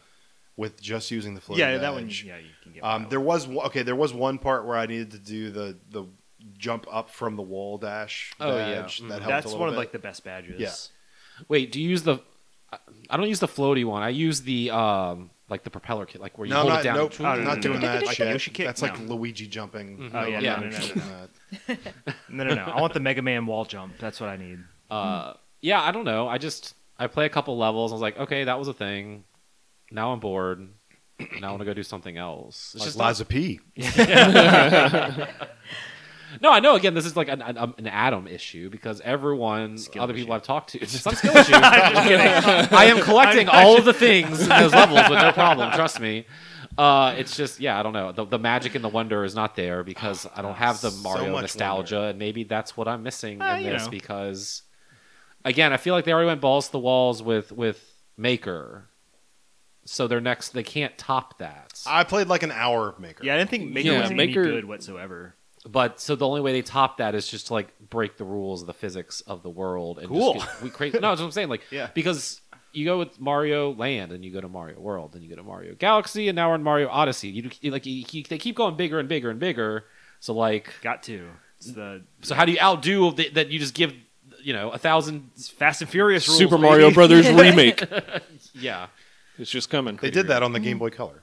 C: with just using the floaty.
E: yeah,
C: badge.
E: that one. Yeah, you can get.
C: Um,
E: that
C: there
E: one.
C: was one, okay. There was one part where I needed to do the the jump up from the wall dash.
A: Oh, yeah.
C: badge.
A: Mhm.
C: that helped a
E: Mm-hmm. That's
C: little
E: one of
C: bit.
E: like the best badges.
C: Yeah.
A: Wait, do you use the? I- I don't use the floaty one. I use the um like the propeller kit, like where you
C: No, I'm
A: hold
C: not,
A: it down.
C: nope,
E: no, no, no.
C: not doing that
E: Like
C: shit.
E: Yoshi kick?
C: That's like
E: No.
C: Luigi jumping.
E: Oh, yeah,
C: I'm
A: no,
C: not
A: no, no,
C: interested in that.
E: No, no, no. I want the Mega Man wall jump. That's what I need.
A: Uh, yeah, I don't know. I just I play a couple levels. I was like, okay, that was a thing. Now I'm bored. Now I want to go do something else. It's
C: Like
A: just not-
C: Liza P.
A: no, I know. Again, this is like an, an, an Adam issue because everyone,
E: Skill
A: other people
E: issue.
A: I've talked to, [laughs] it's just some skill issue. I am collecting all of the things in those levels with no problem. Trust me. Uh, it's just yeah, I don't know. The, the magic and the wonder is not there because I don't have the
C: So
A: Mario
C: much
A: nostalgia, and maybe that's what I'm missing
E: Uh,
A: in
E: you
A: this
E: know.
A: because again, I feel like they already went balls to the walls with with Maker, so their next they can't top that.
C: I played like an hour of Maker.
E: Yeah, I didn't think Maker
D: Yeah,
E: was
D: Maker-
E: any good whatsoever.
A: But so the only way they top that is just to like break the rules of the physics of the world and
E: Cool.
A: just get- we create. No, that's what I'm saying. Like,
E: [laughs] Yeah.
A: because you go with Mario Land and you go to Mario World and you go to Mario Galaxy and now we're in Mario Odyssey. You you- like you, you- they keep going bigger and bigger and bigger. So like,
E: Got to. It's the
A: so how do you outdo the, that? You just give you know a thousand.
E: it's Fast and Furious rules.
D: Super
E: baby.
D: Mario Brothers remake.
A: Yeah,
D: It's just coming.
C: They did that on the Game Boy Color.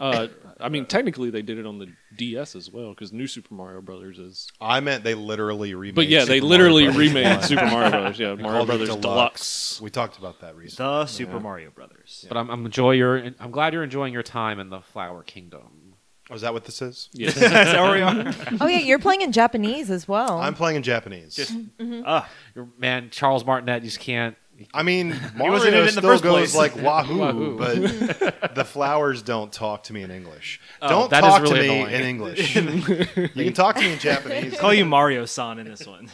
D: Uh, I mean, technically, they did it on the DS as well because New Super Mario Brothers is.
C: I meant they literally remade.
D: But yeah,
C: Super
D: they
C: Mario
D: literally
C: Brothers. [laughs]
D: remade Super Mario Brothers. Yeah,
C: They
D: Mario
C: called it
D: Brothers Deluxe.
C: [laughs] We talked about that recently.
E: The Super Mario Brothers.
A: but I'm, I'm enjoy your. I'm glad you're enjoying your time in the Flower Kingdom.
C: Oh, is that what this is?
E: [laughs]
D: Yes.
E: That's how we are.
B: Oh yeah, you're playing in Japanese as well. [laughs]
C: I'm playing in Japanese.
E: Ah,
A: Your- Man, Charles Martinet, you just can't.
C: I mean,
E: wasn't in it
C: Mario
E: in the
C: still
E: first
C: goes
E: place.
C: like wahoo,
A: Wahoo.
C: but the flowers don't talk to me in English. don't
A: that is
C: talk to
A: really
C: me
A: annoying.
C: in English. you can talk to me in Japanese.
E: Call you Mario San in this one.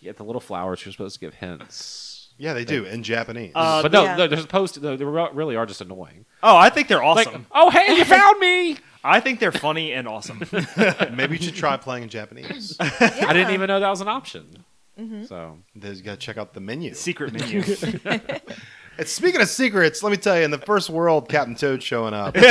A: Yeah, the little flowers you're supposed to give hints.
C: Yeah, they do in Japanese.
E: Uh,
A: but no,
B: yeah.
A: no, they're supposed to. They re- really are just annoying.
E: [laughs] Oh, I think they're
A: Like,
E: awesome.
A: oh hey, you found me!
E: I think they're funny and awesome.
C: Maybe you should try playing in Japanese.
A: I didn't even know that was an option.
B: Mm-hmm.
A: So
C: Then you got to check out the menu.
E: [laughs] Secret menu.
C: And speaking of secrets, let me tell you, in the first world, Captain Toad showing up put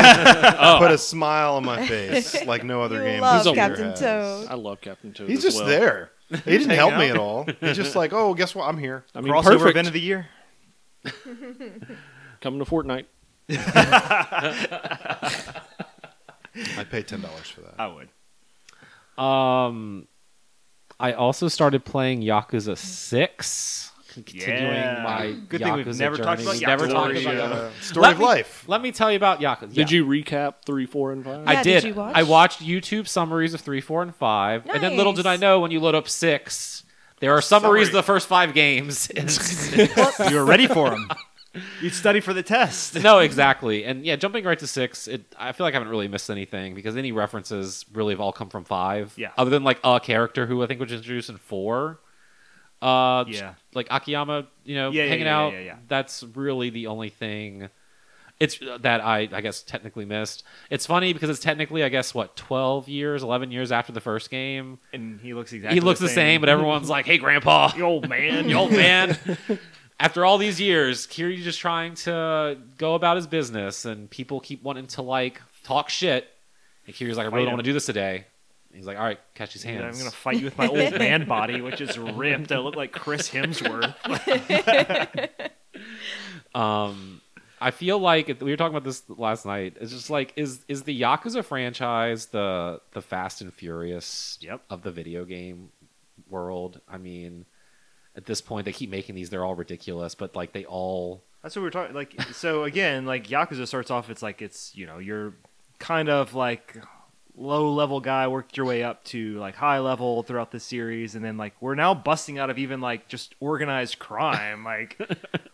C: a smile on my face like no other
B: You
C: game.
B: love
C: this year
B: Captain
C: has.
B: Toad.
D: I love Captain Toad.
C: He's
D: as
C: just
D: well.
C: there. He didn't help me
E: out.
C: at all. He's just like, oh, guess what? I'm here.
D: I mean,
E: Crossover
D: perfect.
E: event of the year.
D: Coming to Fortnite.
C: I'd pay ten dollars for that.
E: I would.
A: Um, I also started playing Yakuza Six, continuing
E: Yeah.
A: my
E: Good thing we've
A: Yakuza
E: never talked
A: journey.
E: about
A: We've never
E: Yakuza.
A: talked about
E: Story,
A: Yakuza.
C: Uh, story
A: Let
C: of
A: me-
C: life.
A: Let me tell you about Yakuza.
D: Did you recap three, four, and five?
A: I
B: Yeah,
A: did.
B: did you watch?
A: I watched YouTube summaries of three, four, and five, and then little did I
B: Nice.
A: know when you load up six, there are summaries of
E: Summary.
A: the first five games. [laughs]
E: You were ready for him. [laughs] You'd study for the test.
A: no, exactly. And yeah, jumping right to six, it, I feel like I haven't really missed anything because any references really have all come from five.
E: Yeah.
A: Other than like a character who I think was introduced in four. Uh, j-
E: Yeah.
A: Like Akiyama, you know,
E: Yeah, yeah,
A: hanging
E: yeah,
A: out.
E: yeah, yeah.
A: That's really the only thing. It's uh, that I, I guess, technically missed. It's funny because it's technically, I guess, what twelve years, eleven years after the first game.
E: [laughs] And he looks exactly
A: he looks the same, but everyone's like, "Hey,
E: [laughs]
A: Grandpa,
E: the old man.
A: the old
E: [laughs]
A: man. After all these years, Kiryu's just trying to go about his business, and people keep wanting to like talk shit. And Kiryu's like, I really
E: Fight
A: don't want to
E: him.
A: do this today. And he's like, All right, catch his
E: I'm
A: hands.
E: gonna fight you with my old man body, which is ripped. I look like Chris Hemsworth.
A: um, I feel like we were talking about this last night. It's just like, is is the Yakuza franchise the the Fast and Furious
E: Yep.
A: of the video game world? I mean, at this point, they keep making these; they're all ridiculous, but like they all
E: That's what we're talking. Like, so again, like Yakuza starts off. It's like it's you know you're kind of like low level guy worked your way up to like high level throughout the series, and then like we're now busting out of even like just organized crime. Like,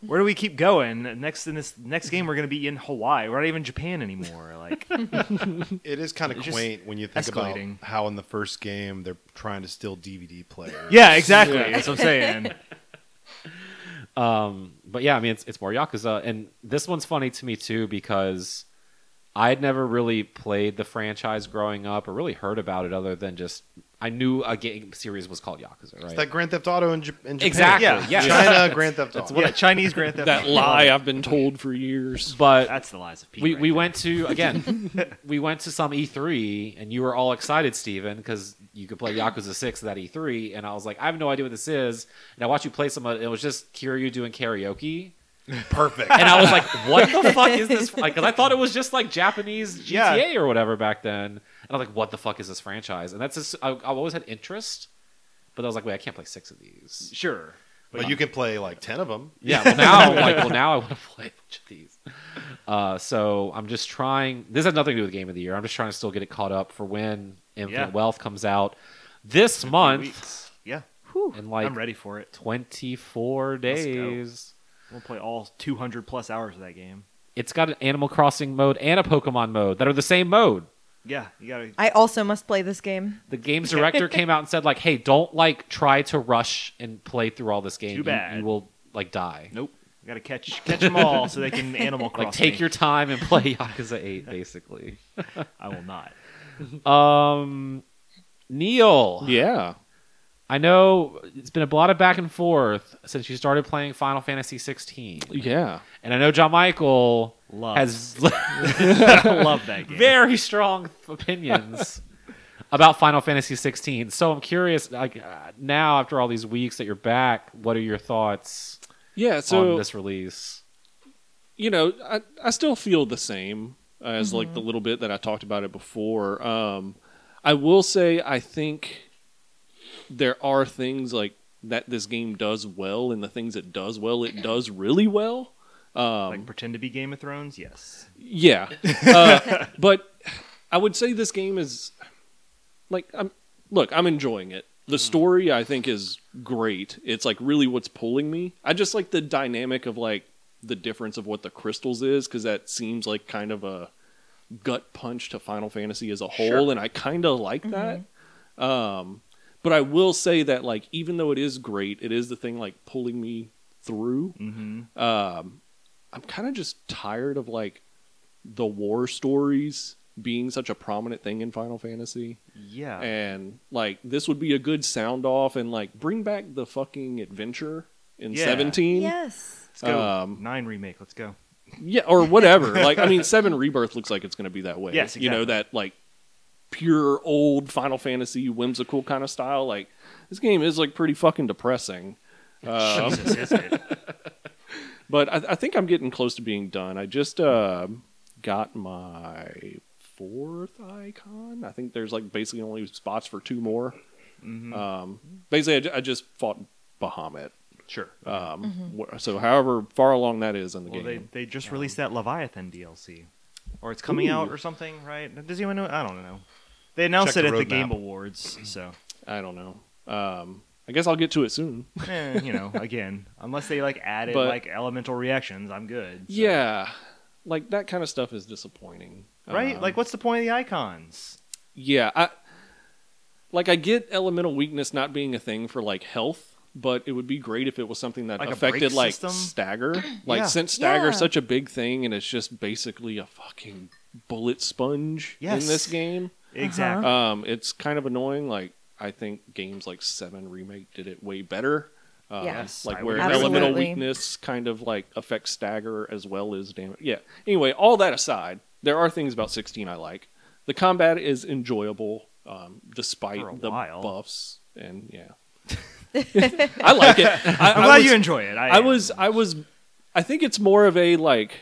E: where do we keep going? Next in this next game, we're gonna be in Hawaii. We're not even Japan anymore. Like,
C: It is kind of
E: It's just
C: quaint when you think
E: escalating.
C: about how in the first game they're trying to steal DVD players.
E: yeah, exactly. That's what I'm saying.
A: Um, but yeah, I mean, it's, it's more Yakuza. And this one's funny to me, too, because I had never really played the franchise growing up or really heard about it other than just I knew a game series was called Yakuza, right?
C: It's like Grand Theft Auto in, J- in Japan.
A: exactly.
E: Yeah.
A: Yeah.
C: China Grand Theft Auto.
E: yeah, Chinese Grand Theft.
D: That
E: Auto.
D: lie I've been told for years.
A: But
E: That's the lies of Pete.
A: we,
E: right
A: we
E: there.
A: went to, again,
E: [laughs]
A: we went to some E3 and you were all excited, Steven, because you could play Yakuza 6 at that E3. And I was like, I have no idea what this is. And I watched you play some of it. and It was just Kiryu doing karaoke.
C: Perfect.
A: and I was like, "What the fuck is this?" Like, 'cause I thought it was just like Japanese GTA
E: Yeah.
A: or whatever back then, and I was like, "What the fuck is this franchise?" And that's just I, I've always had interest, but I was like, "Wait, I can't play six of these."
E: Sure.
C: But you can play like ten of them.
A: Yeah, well now I'm like, well now I want to [laughs] play a bunch of these. Uh, so I'm just trying. This has nothing to do with Game of the Year. I'm just trying to still get it caught up for when Infinite
E: Yeah.
A: Wealth comes out this month
E: Weeks. Yeah,
A: in like
E: I'm ready for it.
A: 24
E: Let's go.
A: days.
E: We'll play all 200 plus hours of that game.
A: It's got an Animal Crossing mode and a Pokemon mode that are the same mode.
E: Yeah, you gotta.
B: I also must play this game.
A: the games director came out and said like hey don't like try to rush and play through all this game
E: Too
A: You-
E: bad.
A: You, will like die
E: Nope. You gotta catch catch them all so they
D: [laughs]
E: can Animal Crossing.
A: like take your time and play yakuza 8 basically
E: I will not.
A: um neil
D: Yeah.
A: i know it's been a lot of back and forth since you started playing final fantasy 16
D: Yeah.
A: and i know john michael
E: Love.
A: has [laughs]
E: I
D: [laughs]
E: love that game.
A: very strong opinions about Final Fantasy 16. So I'm curious, like uh, now after all these weeks that you're back, what are your thoughts
D: Yeah. So
A: on this release?
D: you know, I, I still feel the same as like the little bit that I talked about it before. Um, I will say I think there are things like that this game does well, and the things it does well, it does really well. Um,
E: like pretend to be Game of Thrones. Yes.
D: yeah, uh, but I would say this game is like I'm. Look, I'm enjoying it. The story I think is great. It's like really what's pulling me. I just like the dynamic of like the difference of what the crystals is because that seems like kind of a gut punch to Final Fantasy as a whole, and I kind of like that. Um, but I will say that like even though it is great, it is the thing like pulling me through.
E: Mm-hmm.
D: Um, I'm kind of just tired of like the war stories being such a prominent thing in Final Fantasy
E: Yeah.
D: and like this would be a good sound off and like bring back the fucking adventure in
E: Yeah.
D: 17
B: Yes.
E: Let's go.
D: um,
E: Nine remake. Let's go.
D: yeah or whatever [laughs] like i mean 7 rebirth looks like it's going to be that way
E: Yes,
D: you know
E: exactly.
D: that like pure old final fantasy whimsical kind of style like this game is like pretty fucking depressing um,
E: [laughs] Jesus, is it?
D: but I, I think i'm getting close to being done i just uh, got my fourth icon i think there's like basically only spots for two more
E: Mhm.
D: Um, basically, I ju- I, just fought Bahamut.
E: sure.
D: Um, wh- So, however far along that is in the [laughs]
E: Well, they
D: game,
E: they just released that Leviathan DLC, or it's coming out
D: Um, Ooh.
E: or something, right? Does anyone know? I don't know. They announced
C: Check
E: it
C: the
E: at the
C: roadmap.
E: Game Awards,
D: [laughs]
E: so
D: I don't know. Um, I guess I'll get to it
E: [laughs]
D: soon.
E: eh, you know, again, unless they like added
D: But-
E: like elemental reactions, I'm good. so.
D: Yeah, like that kind of stuff is disappointing,
E: right?
D: Um,
E: like, what's the point of the icons?
D: yeah, I like I get elemental weakness not being a thing for like health, but it would be great if it was something that
E: Like a
D: affected
E: brake
D: like
E: system? [clears throat]
D: stagger. Like
E: Yeah.
D: since stagger
B: Yeah.
D: is such a big thing, and it's just basically a fucking bullet sponge
E: Yes.
D: in this game.
E: Exactly.
D: Um, it's kind of annoying. Like I think games like Seven Remake did it way better. Uh,
B: Yes,
D: like
E: I
D: where
E: would
B: agree.
D: elemental
B: Absolutely.
D: weakness kind of like affects stagger as well as damage. Yeah. Anyway, all that aside, there are things about 16 I like. The combat is enjoyable, um, despite
E: For a
D: the
E: while.
D: buffs and yeah.
E: [laughs]
D: [laughs] I like it. I,
E: I'm
D: I
E: glad
D: was-
E: you enjoy it. I,
D: I
E: am.
D: was I was I think it's more of a like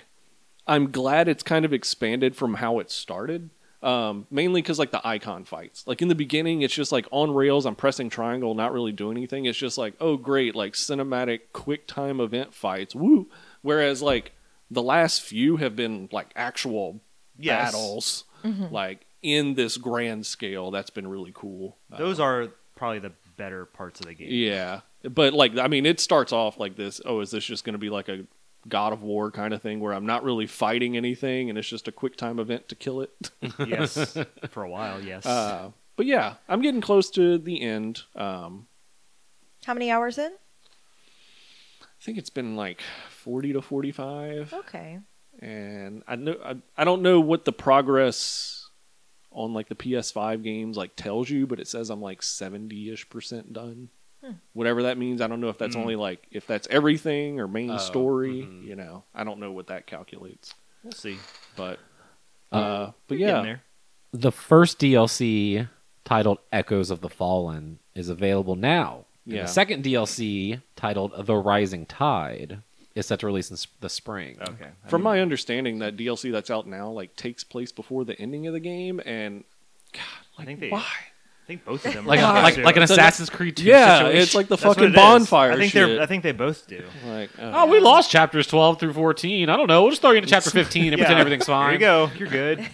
D: I'm glad it's kind of expanded from how it started. Um, mainly because like the icon fights, like in the beginning, it's just like on rails. I'm pressing triangle, not really doing anything. It's just like, oh great, like cinematic quick time event fights, woo. Whereas like the last few have been like actual
E: Yes.
D: battles, like in this grand scale. That's been really cool.
E: Those are probably the better parts of
D: [laughs]
E: the game.
D: Yeah. But like I mean it starts off like this, oh is this just going to be like a God of War kind of thing where I'm not really fighting anything and it's just a quick time event to kill it.
E: yes. [laughs] For a while, yes.
D: Uh, but yeah, I'm getting close to the end. Um
B: How many hours in?
D: I think it's been like 40 to 45
B: Okay.
D: and I know I, I don't know what the progress on like the PS5 games like tells you, but it says I'm like 70ish percent done. Whatever that means, I don't know if that's
E: Mm.
D: only like if that's everything or main
A: Oh,
D: story.
E: hmm.
A: mhm.
D: You know, I don't know what that calculates,
E: we'll see.
D: but uh, but
E: We're getting
D: yeah,
E: there.
A: The first DLC titled Echoes of the Fallen is available now. And
D: Yeah.
A: The second DLC titled The Rising Tide is set to release in s- the spring.
E: Okay. I
D: from
E: mean,
D: my understanding, that DLC that's out now like takes place before the ending of the game, and God, like
E: think they-
D: why?
E: I think both of them.
A: Like, a,
E: are
A: like,
E: too.
A: like an
D: It's a-
A: Assassin's Creed 2
D: Yeah,
A: situation.
D: it's like the
E: That's what
D: fucking
E: it is.
D: bonfire
E: I think
D: shit.
E: they're. I think they both do.
D: like,
A: Oh, we lost chapters 12 through 14. I don't know. We'll just throw you into [laughs] chapter 15 and pretend
E: Yeah.
A: everything's
E: There
A: fine.
E: you go. You're good.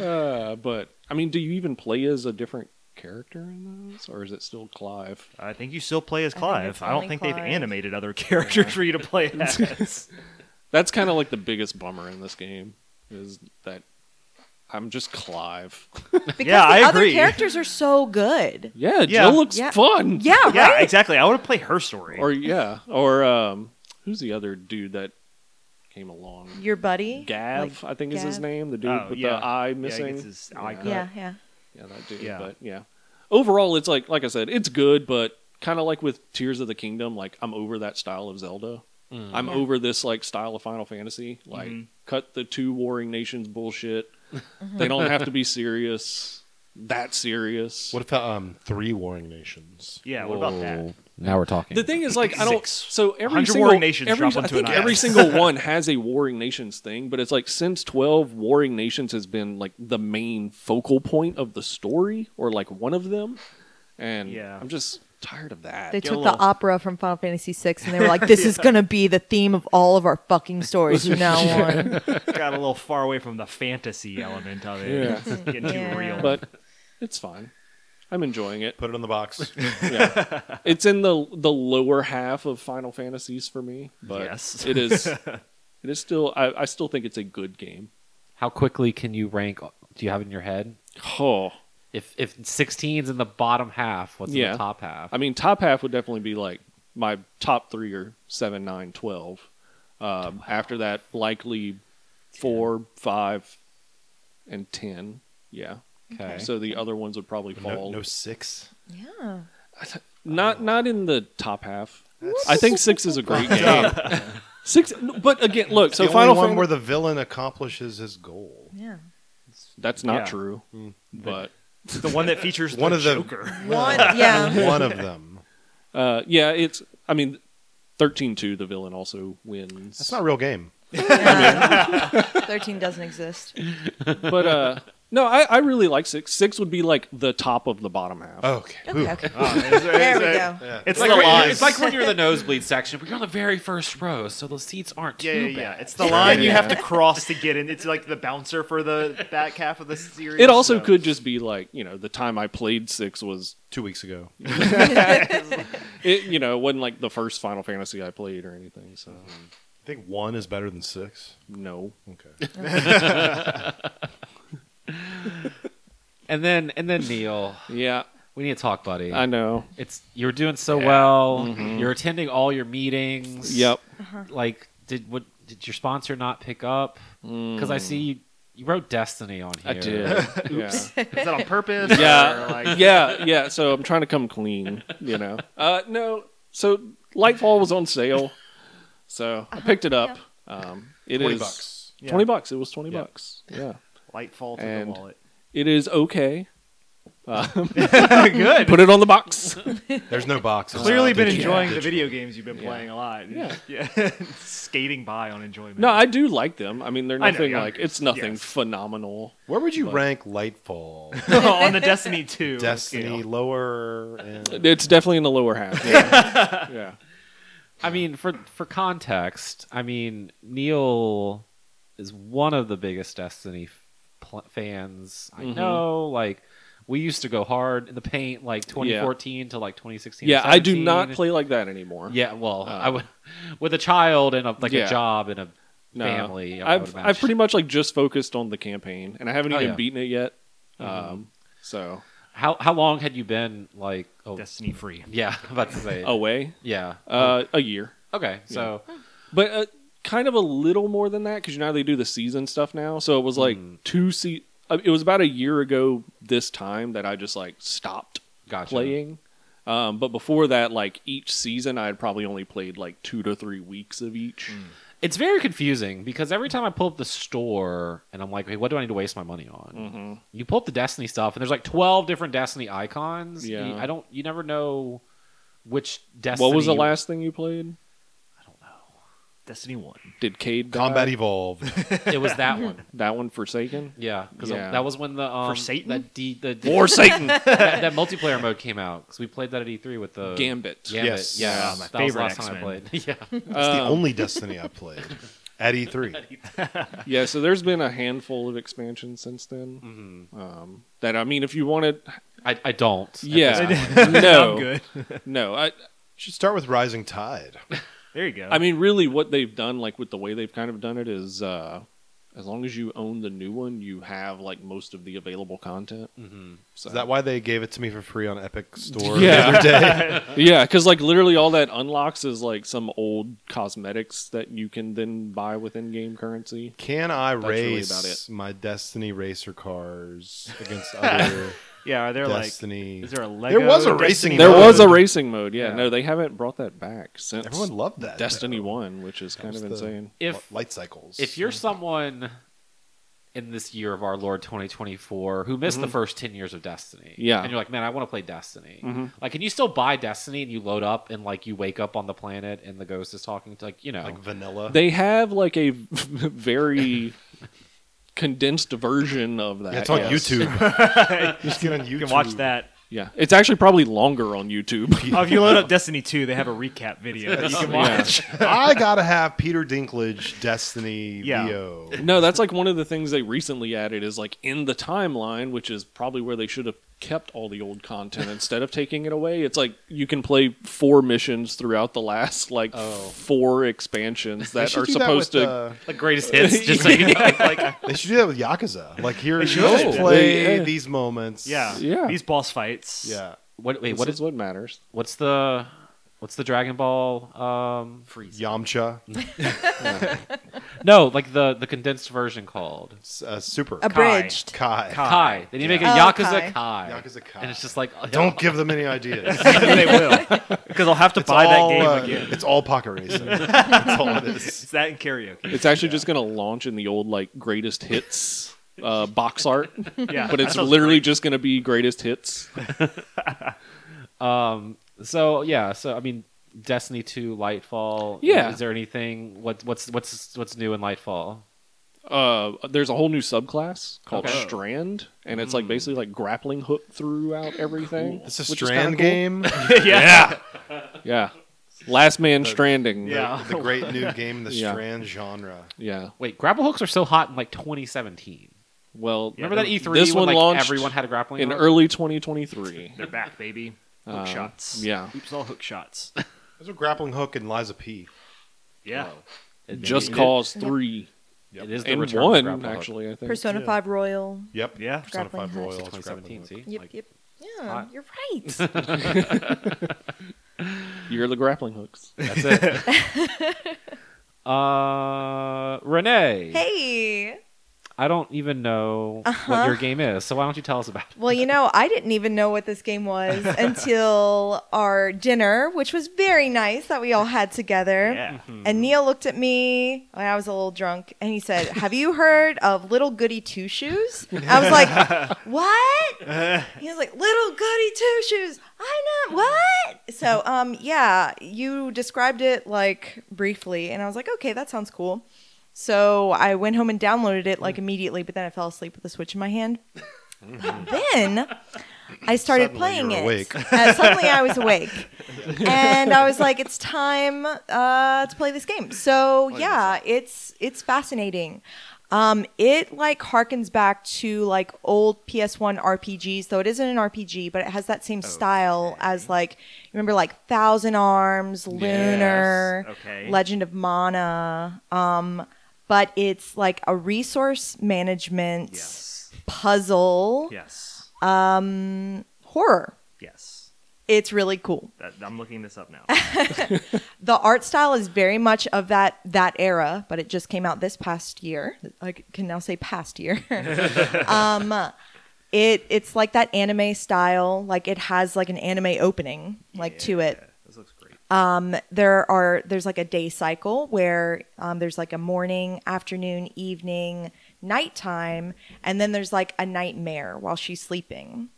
D: Uh, but I mean, do you even play as a different character in those, or is it still Clive?
E: I think you still play as
B: I think
E: Clive.
B: it's
E: I, don't
B: only
E: think they've
B: Clive.
E: animated other [laughs] characters for you to play as.
D: That's kind of like the biggest bummer in this game is that I'm just Clive.
B: Because
E: Yeah,
B: the
E: I
B: other
E: agree.
B: characters are so good.
D: Yeah,
E: Yeah.
D: Jill looks
B: Yeah.
D: fun.
B: Yeah, right?
E: yeah, exactly. I want to play her story.
D: Or yeah, or um, who's the other dude that came along?
B: Your buddy.
D: Gav,
B: Like,
D: I think is his
B: Gav?
D: name. The dude
E: Oh,
D: with
E: yeah.
D: the eye
E: he
D: missing.
E: gets his eye cut.
B: Yeah, yeah.
D: Yeah, that dude.
E: Yeah.
D: But yeah, overall, it's like like I said, it's good, but kind of like with Tears of the Kingdom, like I'm over that style of Zelda. I'm
B: Yeah.
D: over this like style of Final Fantasy. Like,
E: Mhm.
D: cut the two warring nations bullshit. They don't have to be serious. That serious.
C: What about um, three warring nations?
E: yeah. What about that?
A: Oh, Now we're talking.
D: the thing is, like, I don't. So every
E: 100
D: single
E: warring nations
D: every,
E: drop
D: I
E: onto
D: think
E: an
D: every
E: island.
D: single
E: [laughs]
D: one has a warring nations thing, but it's like since twelve, warring nations has been like the main focal point of the story, or like one of them. And
E: Yeah.
D: I'm just tired of that.
B: They
E: Get
B: took
E: a
B: the
E: little-
B: opera from Final Fantasy VI and they were like, this is going to be the theme of all of our fucking stories from now on.
E: Got a little far away from the fantasy element of it.
D: Yeah.
E: It's getting too
B: Yeah.
E: real.
D: but it's fine. I I'm enjoying
E: [laughs]
D: it.
F: Put it on the box.
D: Yeah. it's in the the lower half of Final Fantasies for me, but
E: Yes.
D: it
E: [laughs]
D: is it is still I, I still think it's a good game.
A: How quickly can you rank? Do you have it in your head?
D: Oh,
A: If if 16's in the bottom half, what's in
D: Yeah.
A: the top half?
D: I mean, top half would definitely be like my top three or seven, nine, twelve. Um, After that, likely four, five, and ten. Yeah.
A: okay.
D: So the other ones would probably
F: No,
D: fall
F: no six.
B: Yeah.
D: not not in the top half. I think six is
C: [laughs]
D: a great game. six, but again, look. So
C: the
D: Final
C: only one
D: Fan-
C: where the villain accomplishes his goal.
B: Yeah.
D: That's not
E: Yeah.
D: true. But
E: the one that features
C: One
E: the
C: of the- [laughs]
E: Joker.
B: One. Yeah.
C: One of them.
D: uh, yeah, it's. I mean, 13-2, The villain also wins.
C: That's not a real game.
B: Yeah. Thirteen doesn't exist.
D: but uh, no, I, I really like six. Six would be like the top of the bottom half.
F: Oh,
C: Okay.
B: Okay. okay. [laughs]
E: there
B: There we go.
E: It's
A: like
E: the
A: when
E: line.
A: you're- it's like when you're in the nosebleed section, but you're on the very first row, so the seats aren't
E: yeah,
A: too
E: yeah, yeah.
A: bad.
E: It's the line you
D: Yeah.
E: have to cross to get in. It's like the bouncer for the back half of the series.
D: It also
E: so-
D: could just be like you know the time I played six was
C: Two weeks ago.
D: it you know it wasn't like the first Final Fantasy I played or anything so
F: I think one is better than six.
D: no
F: Okay.
A: And then and then Neil,
D: yeah
A: we need to talk, buddy.
D: I know
A: it's you're doing so well. You're attending all your meetings.
D: yep
A: Like, did what did your sponsor not pick up? Because I see you, you wrote Destiny on here.
D: Mm. I
A: [laughs]
F: [laughs]
D: did yeah.
E: Is that on
D: [laughs]
E: purpose?
D: Yeah.
E: Or like,
D: yeah, yeah. So I'm trying to come clean, you know. Uh, no, so Lightfall was on sale, so I picked it up. Um, it is
F: Twenty bucks.
E: yeah.
D: Twenty bucks. It was twenty
F: Yeah.
D: bucks. Yeah,
E: Light fall to
D: And-
C: [laughs]
E: the wallet.
D: it
F: [laughs]
D: is okay.
E: Good.
D: Put it on the box.
C: There's no boxes.
E: Clearly
C: Uh,
E: been
C: digital.
E: enjoying the video games you've been playing a lot. [laughs]
D: Yeah.
E: Skating by on enjoyment.
D: no, I do like them. I mean, they're
E: I know,
D: nothing
E: yeah.
D: like it's nothing
E: Yes.
D: phenomenal.
C: Where would you rank Lightfall?
E: [laughs] on the Destiny
C: [laughs]
E: 2
C: Destiny
E: scale.
C: lower and
D: It's definitely in the lower half.
E: [laughs]
D: Yeah, yeah.
A: I mean, for for context, I mean Neil is one of the biggest Destiny f- pl- fans I
D: Mhm.
A: know. Like, we used to go hard in the paint, like 2014 to like 2016. or
D: Yeah, I do not
A: 17.
D: play like that anymore.
A: Yeah, well,
D: Uh,
A: I would with a child and a, like
D: Yeah.
A: a job and a
D: No.
A: family. I would
D: I've
A: imagine.
D: I've pretty much like just focused on the campaign, and I haven't
A: Oh,
D: even
A: yeah.
D: beaten it yet.
A: Mhm.
D: Um, so
A: How how long had you been like? Oh,
E: Destiny free.
A: yeah, [laughs] Oh. I'm about to say.
D: away.
A: yeah.
D: Uh, a year,
A: okay, so
D: but uh, kind of a little more than that because you know how they do the season stuff now. So it was like
A: Mm.
D: two se- uh, It was about a year ago this time that I just like stopped
A: gotcha.
D: playing. Um, but before that, like each season, I had probably only played like two to three weeks of each.
C: Mm.
A: It's very confusing because every time I pull up the store and I'm like, hey, what do I need to waste my money on?
D: Mhm.
A: You pull up the Destiny stuff and there's like 12 different Destiny icons. You-
D: Yeah.
A: I don't. You never know which Destiny.
D: What was the last thing you played?
E: Destiny 1.
D: Did Cade die?
C: Combat Evolved.
A: It was
D: [laughs]
A: that one.
D: That one Forsaken.
A: Yeah, because
D: Yeah.
A: that was when the um,
E: Satan?
A: that D, the
D: War
A: [laughs]
D: Satan.
A: that, that multiplayer mode came out because we played that at E3 with
C: Uh,
A: the
D: Gambit.
A: Gambit.
C: Yes.
A: yeah,
E: Ah, my
A: that was the
E: favorite
A: last time I
E: X-Men.
A: played. [laughs] yeah,
C: That's the only Destiny I played at E E3.
D: yeah, so there's been a handful of expansions since then.
C: Mm-hmm.
D: Um, that I mean, if you wanted,
A: I, I don't. at this
C: [laughs]
A: point.
D: yeah, no,
E: I'm good. [laughs]
D: no. I,
C: Should start with Rising Tide.
E: There you go.
D: I mean, really, what they've done, like with the way they've kind of done it, is uh, as long as you own the new one, you have like most of the available content. So
C: Mm-hmm. Is that why they gave it to me for free on Epic Store
D: Yeah.
C: the other day?
D: yeah, because like literally all that unlocks is like some old cosmetics that you can then buy with in-game currency.
C: Can I
D: That's really
C: race
D: about it.
C: my Destiny racer cars against other
E: yeah, are there like.
C: Destiny?
E: Is there a Lego?
C: There was a
E: Destiny
C: racing
D: There
C: mode.
D: was a racing mode, yeah.
A: Yeah.
D: No, they haven't brought that back since
C: Everyone loved that.
D: Destiny
C: though.
D: One, which is kind
C: was
D: of
C: the-
D: insane.
A: If
C: light cycles.
A: if you're someone in this year of our Lord 2024 who missed the first 10 years of Destiny,
D: Yeah.
A: and you're like, man, I want to play Destiny.
D: Mhm.
A: Like, can you still buy Destiny and you load up and like you wake up on the planet and the ghost is talking to like you know [laughs]
C: like vanilla,
D: They have like a [laughs] very condensed version of that.
C: yeah, it's on
D: yes.
C: YouTube. Just get on YouTube.
E: You can watch that.
D: Yeah, it's actually probably longer on YouTube.
E: Oh, if you load up Destiny 2, they have a recap video that
D: [laughs]
E: you [laughs] can watch.
C: I gotta have Peter Dinklage Destiny
E: Yeah.
C: VO.
D: No, that's like one of the things they recently added is like in the timeline, which is probably where they should have kept all the old content instead of taking it away. It's like you can play four missions throughout the last like four expansions
C: They
D: that
C: should
D: are
C: do
D: supposed
C: with,
D: to.
C: uh,
A: The greatest hits, [laughs] just so you know.
D: [laughs]
E: like,
C: they should do that with Yakuza. Like here, you
D: should.
C: just play
D: Yeah.
C: these moments.
E: yeah,
D: Yeah.
E: These boss fights.
C: yeah.
A: What, wait,
D: this
A: what
D: is,
A: is
D: what matters?
A: what's the what's the Dragon Ball? Um,
C: Yamcha,
A: [laughs] no, like the the condensed version called
C: s- uh, Super
B: Abridged.
C: Kai.
E: Kai.
A: Kai. They need to make a
B: Yeah. Oh,
A: Yakuza Kai.
B: Kai.
C: Yakuza Kai.
A: and it's just like oh.
C: Don't give them any ideas.
E: [laughs] they will because I'll have to
C: It's
E: buy
C: all,
E: that game
C: uh,
E: again.
C: It's all pocket racing. That's all it is.
E: It's that in
D: [laughs]
E: karaoke.
D: It's actually just going to launch in the old like greatest hits uh, box art,
E: Yeah,
D: but it's literally just going to be greatest hits.
A: Um. So yeah. So I mean, Destiny Two, Lightfall.
D: Yeah.
A: Is there anything? What what's what's what's new in Lightfall?
D: Uh, there's a whole new subclass called
A: Okay.
D: Strand, and it's like basically like grappling hook throughout everything.
C: It's a
D: which is
C: strand
D: kinda cool.
C: game.
E: [laughs] yeah.
D: Yeah, last man stranding.
E: Yeah.
C: The great new game, in the
D: Yeah.
C: strand genre.
D: yeah.
A: Wait, grapple hooks are so hot in like 2017.
D: Well,
E: Yeah,
A: Remember that E3
D: this
A: when
D: one
A: like
D: launched
A: everyone had a grappling
D: in
A: hook?
D: early 2023.
E: They're back, baby. Hook
D: Um,
E: shots.
D: yeah.
E: Oops, all
D: [laughs]
E: hook shots.
C: There's a grappling hook in Liza P.
E: Yeah.
A: It-
D: Just
A: it-
D: Cause three
A: It is the
D: and
A: return of the
D: one
A: grapple hook.
D: actually. I think.
B: Persona
C: Yeah.
B: 5 Royal.
C: Yep.
E: Yeah.
C: Persona
B: Grappling
C: 5
B: hook.
C: Royal.
B: It's
C: it's a
A: 2017.
C: grappling hook.
A: See.
B: Yep,
A: Like,
B: yep. Yeah,
A: hot.
B: you're right.
D: You're the grappling hooks.
A: [laughs] That's it. uh, Renee.
B: hey. Uh-huh.
A: I don't even know what your game is, so why don't you tell us about it?
B: Well, you know, I didn't even know what this game was until our dinner, which was very nice that we all had together.
E: Yeah.
C: Mm-hmm.
B: Mm-hmm. And Neil looked at me when I was a little drunk and he said, Have you heard of Little Goody Two Shoes? I was like, What? He was like, Little Goody Two Shoes. I know. What? So, um, yeah, you described it like briefly. And I was like, Okay, that sounds cool. So I went home and downloaded it like immediately, but then I fell asleep with a Switch in my hand. But then I started
C: Mm. Suddenly
B: playing
C: you're
B: it.
C: awake.
B: Uh, suddenly I was awake. and I was like, it's time uh, to play this game. So yeah, it's it's fascinating. Um, it like harkens back to like old PS1 RPGs, though it isn't an RPG, but it has that same style as like you remember like Thousand Arms, Lunar,
E: Okay.
B: Legend of Mana. Um, but it's like a resource management
E: Yes.
B: puzzle
E: Yes.
B: horror.
E: Yes.
B: It's really cool.
E: That, I'm looking this
B: [laughs]
E: up now.
B: the art style is very much of that that era, but it just came out this past year. I c- can now say past year. um, it it's like that anime style. Like it has like an anime opening like to it.
E: Yeah, This looks great.
B: Um, there are there's like a day cycle where um, there's like a morning, afternoon, evening, nighttime, and then there's like a nightmare while she's sleeping.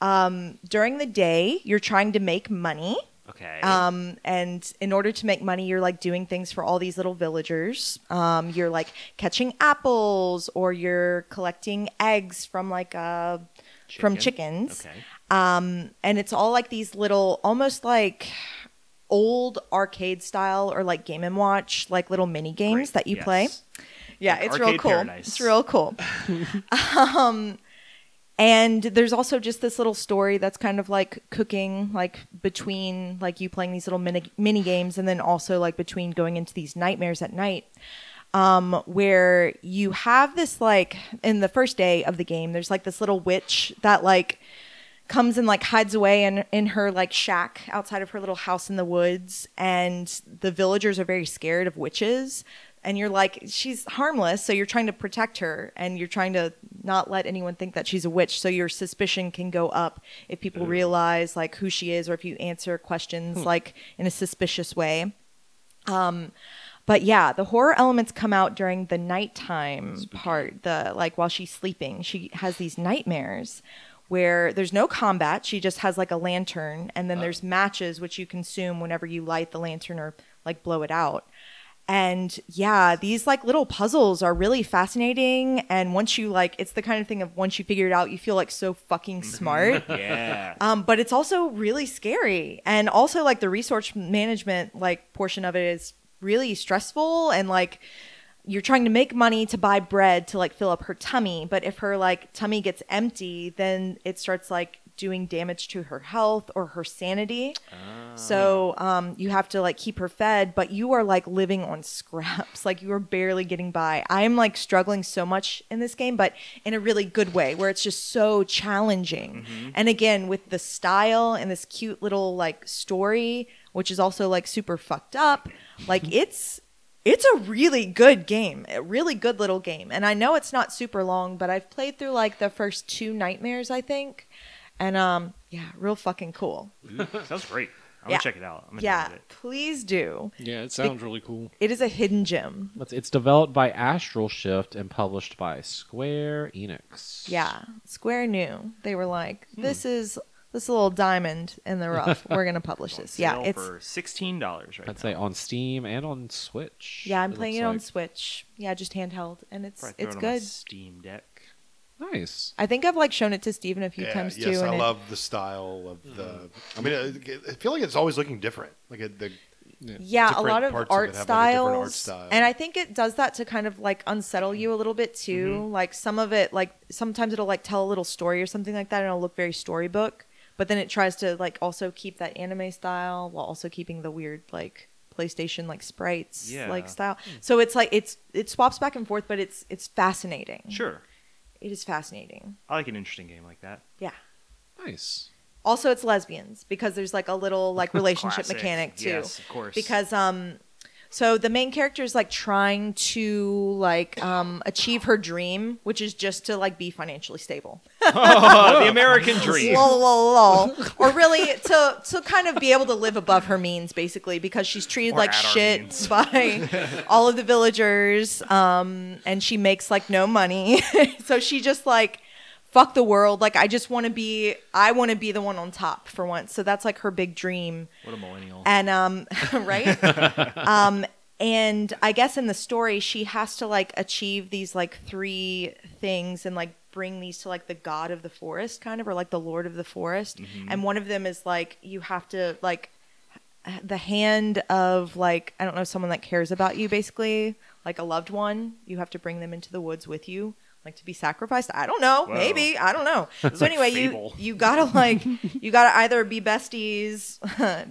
B: Um, during the day, you're trying to make money.
E: Okay.
B: Um, and in order to make money, you're like doing things for all these little villagers. Um, you're like catching apples or you're collecting eggs from like uh, from chickens.
E: okay.
B: And it's all like these little, almost like old arcade style or like Game and Watch, like little mini games
E: Great.
B: that you
E: Yes.
B: play. Yeah,
E: Like
B: it's real
E: arcade
B: cool.
E: paradise.
B: It's real
E: [laughs]
B: cool. um, and there's also just this little story that's kind of like cooking, like between like you playing these little mini mini games, and then also like between going into these nightmares at night, um, where you have this like in the first day of the game, there's like this little witch that like comes and like hides away in, in her like shack outside of her little house in the woods and the villagers are very scared of witches and you're like she's harmless so you're trying to protect her and you're trying to not let anyone think that she's a witch so your suspicion can go up if people realize like who she is or if you answer questions like in a suspicious way but yeah, the horror elements come out during the nighttime part, the like while she's sleeping. She has these nightmares where there's no combat. She just has like a lantern and then there's matches which you consume whenever you light the lantern or like blow it out. And yeah, these like little puzzles are really fascinating and once you like it's the kind of thing of once you figure it out, you feel like so fucking smart.
E: Yeah.
B: Um, but it's also really scary, and also like the resource management like portion of it is really stressful and like you're trying to make money to buy bread to like fill up her tummy but if her like tummy gets empty then it starts like doing damage to her health or her sanity so um, you have to like keep her fed but you are like living on scraps [laughs] like you are barely getting by i'm like struggling so much in this game but in a really good way where it's just so challenging and again with the style and this cute little like story which is also like super fucked up like it's it's a really good game, a really good little game. And I know it's not super long, but I've played through like the first two nightmares, I think. And um, yeah, real fucking cool.
E: Sounds great. I'm
B: Yeah.
E: gonna check it out. I'm gonna
B: Yeah,
E: download it.
B: please do.
D: Yeah, it sounds really cool.
B: It is a hidden gem.
A: It's, it's developed by Astral Shift and published by Square Enix.
B: Yeah, Square knew. They were like,
E: Hmm.
B: this is this little diamond in the
E: [laughs]
B: rough. We're gonna publish
E: On
B: this. Yeah,
E: sale
B: it's
E: for sixteen dollars right
A: I'd
E: now.
A: say on Steam and on Switch.
B: yeah. I'm
A: it
B: playing it on
A: looks
B: Switch. Yeah, just handheld, and it's
E: Probably throw
B: it's
E: it on my
B: good.
E: Steam Deck.
A: like. Nice.
B: I think I've like shown it to Steven a few
F: Yeah,
B: times
F: yes,
B: too.
F: I
B: and it-
F: love the style of the. I mean, I, I feel like it's always looking different. Like it, the
B: yeah a
F: different
B: lot of
F: parts of
B: art
F: it have, like, a
B: styles
F: different art style.
B: and i think it does that to kind of like unsettle you a little bit too
F: Mm-hmm.
B: like some of it like sometimes it'll like tell a little story or something like that and it'll look very storybook but then it tries to like also keep that anime style while also keeping the weird like playstation like sprites
E: Yeah.
B: like style
F: Hmm.
B: so it's like it's it swaps back and forth but it's it's fascinating
E: Sure,
B: it is fascinating
E: I like an interesting game like that.
B: yeah [laughs]
A: Nice.
B: also it's lesbians because there's like a little
F: [laughs]
B: like relationship
E: Classic.
B: mechanic too
E: Yes, of course.
B: because um so the main character is like trying to like um achieve her dream which is just to like be financially stable [laughs]
E: Oh, [laughs] the American dream.
B: lol, lol, lol. or really to to kind of be able to live above her means basically because she's treated
E: Or
B: like
E: at our
B: shit
E: means.
B: [laughs] by all of the villagers um and she makes like no money [laughs] so she just like fuck the world like i just want to be i want to be the one on top for once so that's like her big dream
E: What a millennial.
B: and um [laughs] right
E: [laughs]
B: um and i guess in the story she has to like achieve these like three things and like bring these to like the god of the forest kind of or like the lord of the forest
E: Mm-hmm.
B: and one of them is like you have to like h- the hand of like i don't know someone that cares about you basically like a loved one you have to bring them into the woods with you like to be sacrificed i don't know
E: Whoa.
B: maybe i don't
E: [laughs]
B: know
E: is
B: so
E: like
B: anyway you
E: Fable.
B: you gotta [laughs] like you gotta either be besties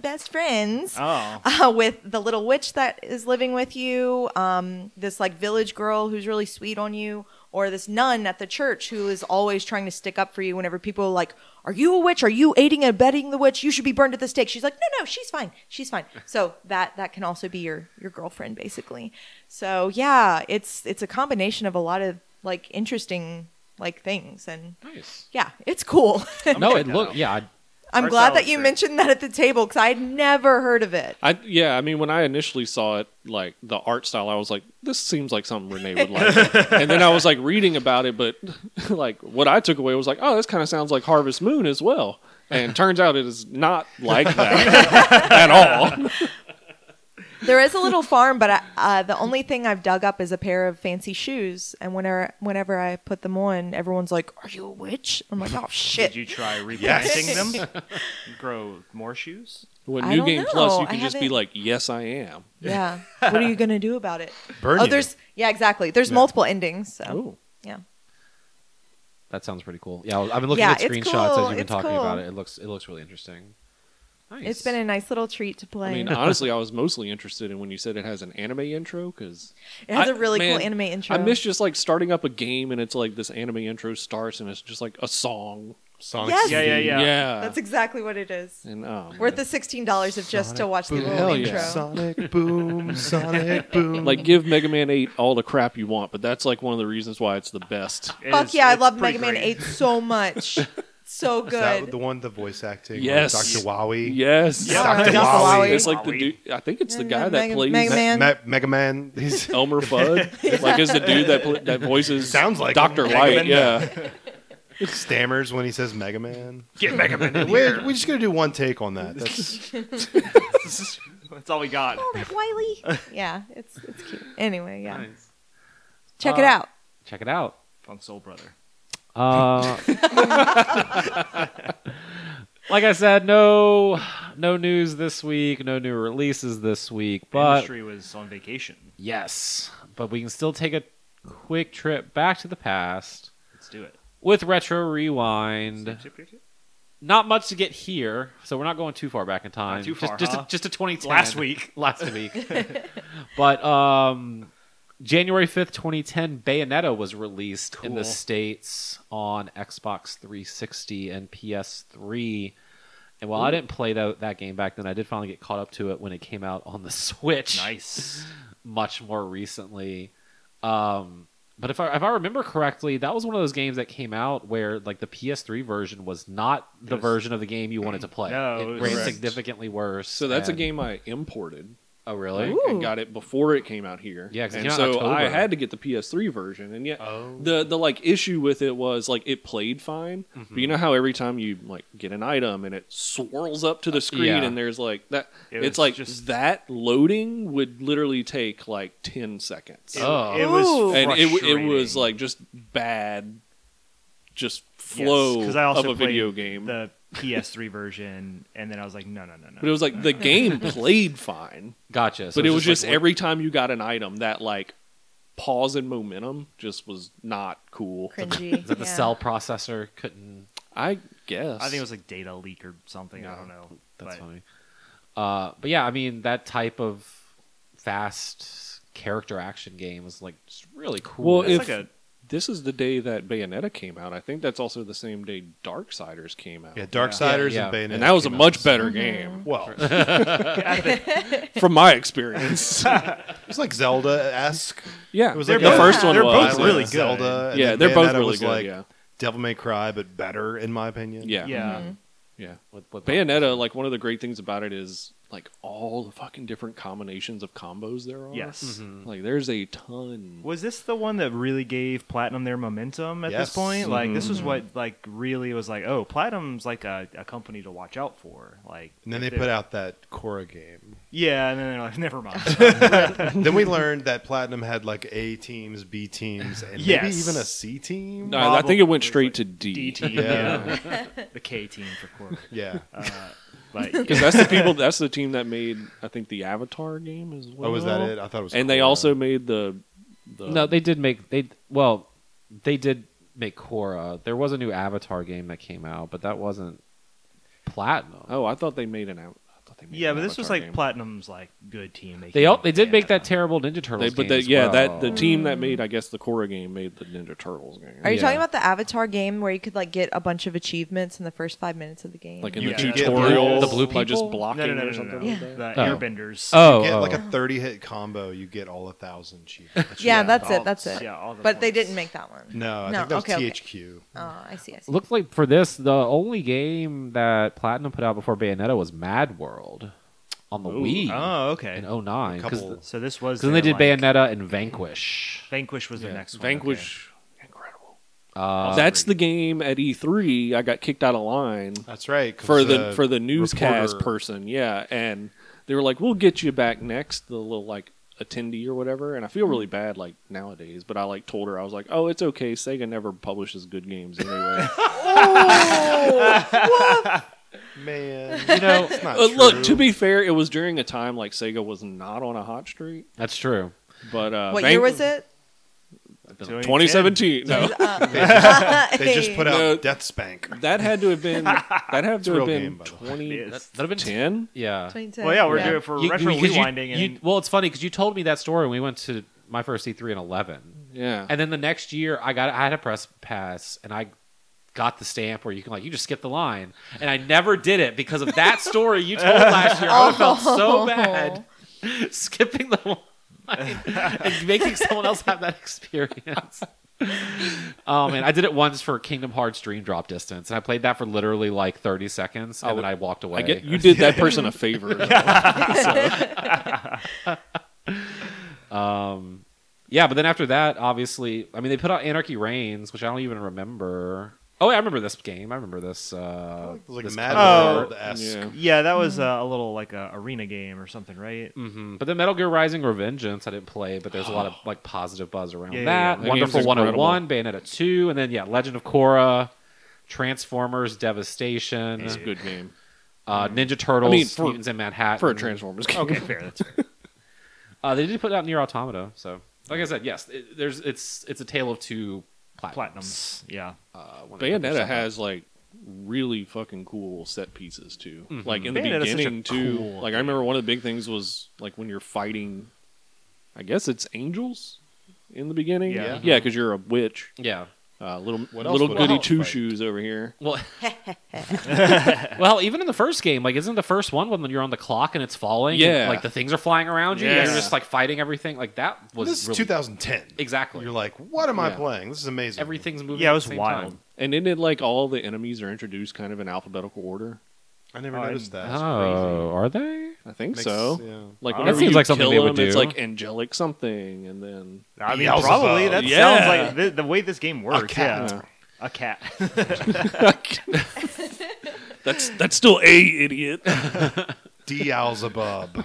B: [laughs] best friends
E: Oh,
B: [laughs] uh, with the little witch that is living with you, um, this like village girl who's really sweet on you, or this nun at the church who is always trying to stick up for you whenever people are like, Are you a witch? Are you aiding and abetting the witch? You should be burned at the stake. She's like, No, no, she's fine. She's fine. So that that can also be your your girlfriend, basically. So yeah, it's it's a combination of a lot of like interesting like things and
A: Nice.
B: yeah, it's cool. [laughs]
A: no,
E: gonna
A: it
E: check
A: look
E: that
A: yeah. I-
B: I'm
E: Our
B: glad that
E: salad
B: you
E: fruit.
B: mentioned that at the table because I had never heard of it.
D: I yeah, I mean when I initially saw it, like the art style, I was like, this seems like something Renee
A: [laughs]
D: would like. and then I was like reading about it, but [laughs] like what I took away was like, oh, this kind of sounds like Harvest Moon as well. And turns out it is not like
A: [laughs]
D: that at all.
B: There is a little farm, but I, uh, the only thing I've dug up is a pair of fancy shoes. And whenever whenever I put them on, everyone's like, "Are you a witch?" I'm like, "Oh
E: did
B: shit."
E: you try replanting them?
B: [laughs]
E: Grow more shoes?
D: When
B: I
D: New
B: don't
D: Game Plus,
B: know.
D: you
B: I
D: can just be
B: haven't-
D: like, yes, I am.
B: Yeah. What are you gonna do about it?
F: burn.
B: oh,
F: you.
B: there's yeah, exactly. There's multiple endings. So
D: Oh,
B: yeah,
A: That sounds pretty cool. Yeah, I was- I've been looking
B: Yeah,
A: at
B: it's
A: screenshots
B: cool,
A: as you've been
B: it's
A: talking
B: cool.
A: about it. It looks it looks really interesting. Nice.
B: it's been a nice little treat to play.
D: I mean,
B: [laughs]
D: honestly, I was mostly interested in when you said it has an anime intro because
B: it has
D: I-
B: a really
D: man,
B: cool anime intro.
D: I miss just like starting up a game and it's like this anime intro starts and it's just like a song.
F: Sonic
B: Yes.
E: Yeah, yeah, yeah.
B: That's exactly what it is.
D: and um,
B: Worth the sixteen dollars of just to watch the
F: Boom.
B: little
D: Hell yeah.
B: intro.
F: Sonic
B: [laughs]
F: boom, Sonic boom.
D: like give Mega Man Eight all the crap you want, but that's like one of the reasons why it's the best.
E: It
B: Fuck
E: is-
B: yeah, I
E: it's
B: love
E: pretty
B: Mega Man
E: great.
B: Eight so much. so
F: Is that
B: good.
F: the one the voice acting? with
D: Yes.
F: Dr. Wowie.
D: Yes,
E: Yeah. Dr.
F: Dr.
B: Wowie.
D: It's like the
E: Wowie.
D: dude. I think it's the
B: Yeah,
D: guy
B: no,
D: that
B: Mega-
D: plays
B: Mega Man.
F: Me- Mega Man.
D: [laughs]
F: He's [laughs]
D: Elmer
B: [laughs]
D: Fudd. Like is the dude that pl- that voices
F: Sounds like
D: Doctor
F: him.
D: Light.
F: Mega Man. [laughs]
D: Yeah,
F: stammers when he says Mega Man.
E: Get Mega Man in
B: [laughs]
F: We're,
E: here.
F: we're just gonna do one take on that. That's
E: That's all we got.
B: Oh, that Wiley. yeah, it's it's cute. Anyway, yeah,
A: Nice.
B: check it out.
A: Check it
B: [laughs]
A: out.
E: Funk Soul Brother.
A: [laughs] Uh, like I said, no no news this week, no new releases this week, but
E: industry was on vacation.
A: yes, but we can still take a quick trip back to the past
E: Let's do it.
A: with Retro
D: uh,
A: Rewind. Not much to get here, so we're not going too far back in time.
E: too
A: just,
E: far,
A: just,
E: huh?
A: to, just to 2010.
E: Last week.
A: Last week. [laughs] but um, January 5th, 2010, Bayonetta was released in the
E: Cool.
A: States on Xbox 360 and PS3. And while I didn't play that, that game back then, I did finally get caught up to it when it came out on the Switch
E: Nice.
A: much more recently. Um, but if I if I remember correctly, that was one of those games that came out where like the PS3 version was not the
E: It was-
A: version of the game you
E: [clears throat]
A: wanted to play.
E: No, it
A: it
E: was-
A: ran
D: Correct.
A: significantly worse.
D: So that's
A: and-
D: a game I imported.
A: Oh really?
D: like, and
B: Ooh.
D: got it before it came out here.
A: Yeah, 'cause it
D: and
A: came out in
D: so I
A: October.
D: had to get the PS3 version, and yet
F: Oh.
D: the the like issue with it was like it played fine,
E: Mm-hmm.
D: but you know how every time you like get an item and it swirls up to the screen,
A: yeah.
D: and there's like that.
E: Uh, It was
D: it's like
E: just-
D: that loading would literally take like ten seconds,
A: Oh.
E: It, it was
B: Ooh.
D: and it w- it was
E: frustrating.
D: like just bad, just
E: Yes,
D: flow
E: 'cause I also
D: of a
E: played
D: video game.
E: the PS3 [laughs] version, and then I was like, no, no, no, no.
D: but it was
E: [laughs]
D: like the game played fine.
A: Gotcha. So
D: but it was
A: like,
D: just,
A: what-
D: every time you got an item that like pause and momentum just was not cool.
B: Cringy.
A: is that the
B: yeah.
A: cell processor couldn't.
D: I guess.
E: I think it was like data leak or something. I don't know.
A: That's
E: but
A: funny. Uh, but yeah, I mean that type of fast character action game was like just really cool.
D: Well,
E: It's
D: if
E: like a
D: this is the day that Bayonetta came out. I think that's also the same day Darksiders came out.
C: Yeah, Darksiders
A: Yeah.
C: and Bayonetta.
D: and that was a
C: came out
D: much
C: the
D: better
C: same-
D: game [laughs]
C: Well,
D: from my experience.
C: [laughs] it was like Zelda esque.
D: yeah,
C: It was
D: the
C: like a-
D: first one
E: they're
D: was
E: both
D: yeah.
E: really good.
C: Zelda. and
D: Yeah,
C: then
D: they're both
C: Bayonetta
D: really
C: was
D: good.
C: Like
D: yeah,
C: Devil May Cry, but better in my opinion.
D: yeah, yeah.
E: yeah.
B: Mm-hmm.
A: with, with
D: Bayonetta, like one of the great things about it is like all the fucking different combinations of combos there are.
E: Yes.
C: Mm.
D: like there's a ton.
E: Was this the one that really gave Platinum their momentum at
C: Yes.
E: this point? Like this
A: Mm-hmm.
E: was what like really was like, oh, Platinum's like a, a company to watch out for. Like
C: And then they
E: if
C: put out that Korra game.
E: Yeah, and then they're like, [laughs]
C: [laughs]
E: never mind.
C: then we learned that Platinum had like A teams, B teams, and maybe
E: Yes.
C: even a C team.
D: No, I think it went
E: Probably
D: straight
E: like
D: to D.
E: D team,
C: Yeah.
E: yeah.
C: [laughs]
E: the K team for Corvus.
C: Yeah.
E: Uh,
A: [laughs]
E: but
D: Because that's the people. That's the team that made I think the Avatar game as well.
C: Oh, was that it? I thought it was.
D: And they
C: Korra.
D: also made the. the
A: No, they did make they well, they did make Korra. There was a new Avatar game that came out, but that wasn't platinum.
D: Oh, I thought they made an. Av- I thought they made
E: [laughs] yeah,
D: an
E: but this was
D: Avatar
E: like
D: game.
E: Platinum's like good team.
A: They all, they did
E: yeah.
A: make that terrible Ninja Turtles
D: They, but
A: game.
D: the,
A: as
D: yeah,
A: well.
D: that the team
A: Mm.
D: that made I guess the Korra game made the Ninja Turtles game.
B: Are you
A: Yeah.
B: talking about the Avatar game where you could like get a bunch of achievements in the first five minutes of the game?
D: like in
E: Yeah.
D: the
E: You
C: get
D: tutorial,
A: the blue
D: by just
A: people?
D: blocking
E: [laughs] No, no, no,
D: or
E: no, no,
D: something.
E: no.
B: like
E: The
A: Oh.
E: Airbenders.
A: oh,
C: get
A: oh.
C: like a 30 hit combo, you get all a thousand cheap.
B: yeah, that's
E: all-
B: it. That's it.
E: yeah, all the
B: but they
E: points.
B: didn't make that one.
C: No, I
B: No,
C: think that was
B: okay, okay.
C: THQ.
B: Oh, I see. I see.
A: looked like for this the only game that Platinum put out before Bayonetta was Mad World on the Wii
E: Oh, okay.
A: in 09. Because
C: Couple-
E: So this was
A: then they did
E: their, like,
A: Bayonetta and Vanquish.
E: Vanquish was
D: Yeah.
E: the next one.
D: Vanquish, incredible.
A: Uh,
D: That's
E: agree.
D: the game at E3. I got kicked out of line.
C: That's right. 'cause uh,
D: for the for the newscast
C: reporter-
D: person, yeah, and they were like, "We'll get you back next," the little like attendee or whatever. And I feel really bad like nowadays, but I like told her I was like, "Oh, it's okay. Sega never publishes good
C: [laughs]
D: games anyway."
C: man,
A: you know,
C: it's not
D: Uh, look, to
C: true.
D: be fair, it was during a time like Sega was not on a hot streak,
A: that's true.
D: but uh,
B: what
D: Van-
B: year was it?
E: Okay.
D: 2017. No,
C: they just put out
D: No.
C: Death Spank.
D: [laughs] that had to
B: [laughs]
D: have been that had
C: a
D: to
C: real
D: have been
C: game, by the way.
D: 2010.
E: Yes.
A: That'd have been Yeah.
B: 2010.
E: Well, yeah, we're
B: yeah.
E: [laughs] doing it for
A: You-
E: retro
A: because you-
E: rewinding
A: you-
E: and
A: well, it's funny because you told me that story when we went to my first E3 in 11.
D: Yeah,
A: And then the next year, I got I had a press pass, and I got the stamp where you can like you just skip the line, and I never did it because of that story you told last year. I felt so bad [laughs] skipping the line and making someone else have that experience. Oh man, I did it once for Kingdom Hearts Dream Drop Distance, and I played that for literally like thirty seconds, and
D: I
A: then
D: would-
A: I walked away.
D: Oh, I get you did that person
C: [laughs]
D: a favor.
A: Um, yeah, but then after that, obviously, I mean, they put out Anarchy Reigns, which I don't even remember. Oh, yeah, I remember this game. I remember this. Uh,
C: It was like
A: this
C: Mad
E: cover-
C: World esque.
D: yeah.
E: yeah, that was uh, a little like a arena game or
F: [laughs]
E: something, right?
A: hmm But then Metal Gear Rising: Revengeance, I didn't play, but there's a lot of like positive buzz around
E: Yeah, yeah, yeah.
A: that.
D: That
A: Wonderful
D: game's
A: 101, Bayonetta 2, and then yeah, Legend of Korra, Transformers, Devastation.
D: It's a good game.
A: uh, Ninja Turtles,
D: I mean, for-
A: Mutants in Manhattan
D: for a Transformers game.
E: Okay, fair. That's fair.
A: Uh, they did put it out near Automata, so like I said, yes, it, there's it's it's a tale of two platinums.
E: Platinums.
F: [laughs]
E: Yeah.
A: Uh, when it comes
D: Bayonetta
A: out.
D: has like really fucking cool set pieces too.
F: Mm-hmm.
D: Like in the
E: Bayonetta's such a
D: beginning too.
E: cool
D: like I remember one of the big things was like when you're fighting. I guess it's angels in the beginning.
E: Yeah.
D: yeah, because you're a witch.
A: yeah.
D: Uh, little
F: What else
D: little
F: would
D: goody
F: it
D: two
F: fight?
D: shoes over here.
A: Well, well, even in the first game, like isn't the first one when you're on the clock and it's falling? and,
D: Yeah.
A: like the things are flying around you. And
D: Yeah.
A: you're just like fighting everything. Like that was
F: this is
A: really,
F: 2010.
A: exactly.
F: You're like, what am I
A: Yeah.
F: playing? This is amazing.
A: everything's moving.
E: Yeah,
A: at
E: it
A: the
E: was
A: same
E: wild.
A: time.
D: And then it like all the enemies are introduced kind of in alphabetical order.
F: I never
E: Oh, I
F: noticed that.
A: Oh, are they?
D: I think
F: Makes-
D: so.
F: yeah.
D: Like
E: That
D: whenever
A: seems
D: you
A: like something
D: kill
A: they would
D: them, it's
A: do.
D: like angelic something, and then
E: I mean,
F: Beelzebub.
E: probably that
D: Yeah.
E: sounds like the, the way this game works.
F: cat.
E: [laughs] Yeah. A cat.
D: [laughs] that's that's still a idiot.
F: Beelzebub.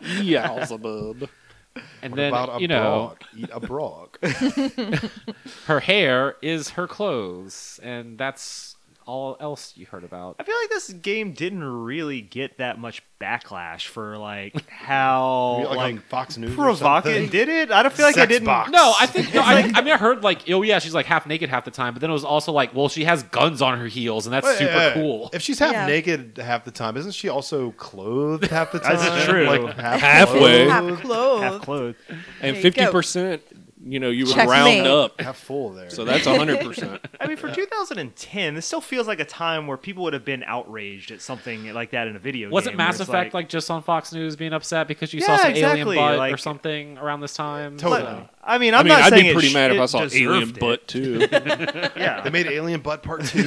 D: Beelzebub.
A: And
F: What
A: then
F: about a
A: you know
F: brog? Eat a
E: [laughs]
F: brog.
A: her hair is her clothes, and that's all else you heard about.
E: I feel like this game didn't really get that much backlash
F: [laughs]
E: for like how
F: like,
E: like,
F: on Fox News. or
E: provocative
F: something?
E: did it. I don't feel like I
F: Sex
E: didn't.
F: box.
A: No, I think
E: [laughs]
A: no, I, I mean I heard like oh yeah she's like half naked half the time, but then it was also like well she has guns on her heels and that's
F: Wait,
A: super
F: wait, wait.
A: cool.
F: If she's half
B: Yeah.
F: naked half the time, isn't she also clothed half the time?
E: [laughs] That's true.
F: Like half
D: Halfway.
F: clothed,
B: Half clothed.
E: Half clothed.
D: And
B: There you
D: fifty
B: go.
D: percent, you know, you would
B: Checkmate.
D: round up.
F: half full there.
D: So that's hundred percent.
E: I
F: [laughs]
E: mean, for 2010, this still feels like a time where people would have been outraged at something like that in a video
A: Wasn't
E: game. where
A: Mass
E: it's
A: Effect like, just on Fox News being upset because you
E: Yeah,
A: saw some
E: exactly,
A: alien butt or
E: like-
A: something around this time?
F: Totally.
E: But, I mean, [laughs] I'm
D: I mean,
E: not
D: I'd
E: saying
D: be
E: it
D: pretty
E: sh-
D: mad if
E: it
D: I saw alien
E: deserved it.
D: butt too.
E: [laughs]
F: they
D: [laughs]
E: Yeah, [laughs]
F: made Alien Butt Part Two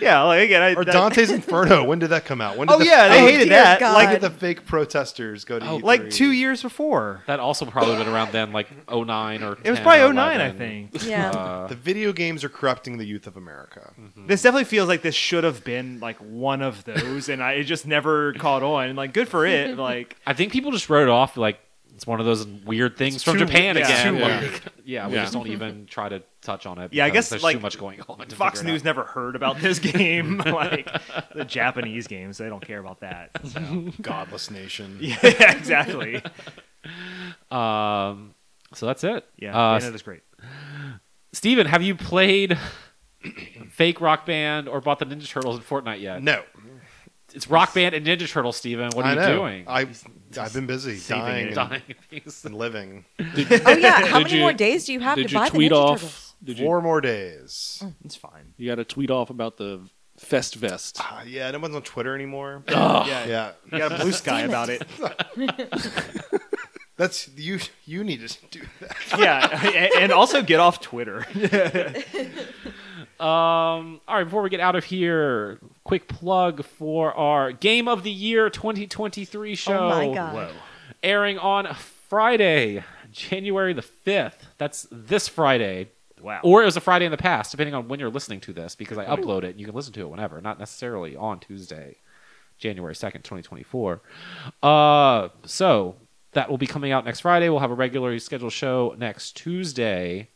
E: yeah. Like again, I,
F: or
E: that-
F: Dante's Inferno. When did that come out? When did
E: Oh
F: the,
E: yeah, they
B: Oh,
E: hated
B: dear
E: that.
B: God.
E: Like Oh,
F: When did the fake protesters go to E E3?
E: like two years before.
A: That also probably would have been around then, like 09 or
E: It was
A: 10
E: probably
A: or
E: 09, I
A: 11.
E: think.
B: Yeah. Oh,
A: Uh,
F: The video games are corrupting the youth of America.
E: This definitely feels like this should have been like one of those, and I, it just never caught on. Like, good for it. Like,
A: I think people just wrote it off like it's one of those weird things
E: It's
A: from
E: too-
A: Japan
E: yeah,
A: again.
E: too
A: yeah.
D: weird.
A: Yeah, we
D: Yeah.
A: just don't even try to touch on it.
E: Yeah, I
A: because
E: guess,
A: there's
E: like,
A: too much going on. to
E: Fox
A: figure it
E: News never heard about this game. [laughs] like, the Japanese games, they don't care about that. [laughs] So.
F: Godless nation.
E: [laughs] yeah, exactly.
A: out. Um, so that's it.
E: Yeah,
A: Uh,
E: Bayonetta is great.
A: Steven, have you played [clears throat] Fake Rock Band or bought the Ninja Turtles in Fortnite yet?
F: No,
A: It's Rock Band and Ninja Turtles, Steven. What are
F: I
A: you
F: know.
A: doing?
F: I I've been busy
E: Saving
F: dying,
E: it.
F: and,
A: [laughs] Dying things.
F: and living.
B: Oh yeah. How
D: Did
B: many
D: you-
B: more days do you have
D: Did
B: to buy
D: you tweet
B: the Ninja
D: off?
B: Turtles?
D: Did you?
F: Four more days.
E: It's fine.
D: You got to tweet off about the fest vest.
F: Ah, yeah, no one's on Twitter anymore.
E: Yeah, yeah.
F: yeah,
E: You got a blue sky about it.
F: that's you. You need to do that.
E: yeah, and- and also get off Twitter.
A: Um, all right, before we get out of here, quick plug for our Game of the Year 2023 show.
B: Oh my god.
A: Airing on Friday, January the 5th. That's this Friday.
E: Wow.
A: Or it was a Friday in the past, depending on when you're listening to this, because I upload it and you can listen to it whenever, not necessarily on Tuesday, January 2nd, 2024. Uh, so that will be coming out next Friday. We'll have a regularly scheduled show next Tuesday.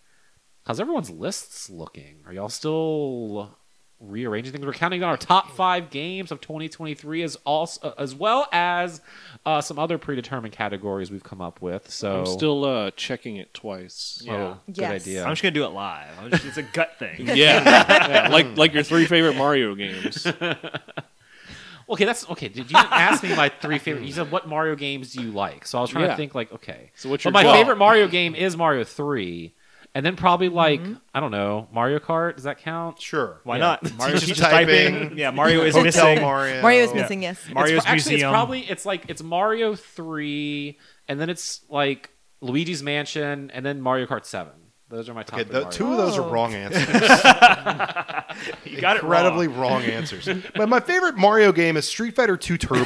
A: How's everyone's lists looking? Are y'all still rearranging things? We're counting down our top five games of 2023 as also as well as uh, some other predetermined categories we've come up with. So
D: I'm still uh, checking it twice.
E: Oh. Yeah.
A: Oh, good
B: Yes.
A: idea.
E: I'm just gonna do it live. I'm just- it's a gut [laughs] thing.
D: Yeah. yeah, like like your three favorite Mario
E: [laughs]
D: games.
A: Okay, that's okay. Did you didn't ask me my three favorite? You said what Mario games do you like? So I was trying to
D: Yeah.
A: think like okay.
D: So what's
A: But
D: your
A: my
D: well,
A: favorite Mario game is Mario Three, and then probably like I don't know Mario Kart. Does that count?
F: Sure.
E: Why
A: Yeah.
E: not? Mario
F: Teaches
E: teaches
F: typing.
E: typing. Yeah, Mario is
F: Hotel
E: missing.
F: Mario.
B: Mario is
E: Yeah.
B: missing. Yes.
E: Mario's
A: it's, pro- actually,
E: Museum.
A: It's probably it's like it's Mario Three, and then it's like Luigi's Mansion, and then Mario Kart Seven. Those are my top
F: Okay,
A: three
F: the,
A: Mario
F: two of those are
B: Oh.
F: wrong answers.
E: you got it
F: Incredibly
E: wrong.
F: wrong
E: [laughs]
F: answers. But my favorite Mario game is Street Fighter 2 Turbo.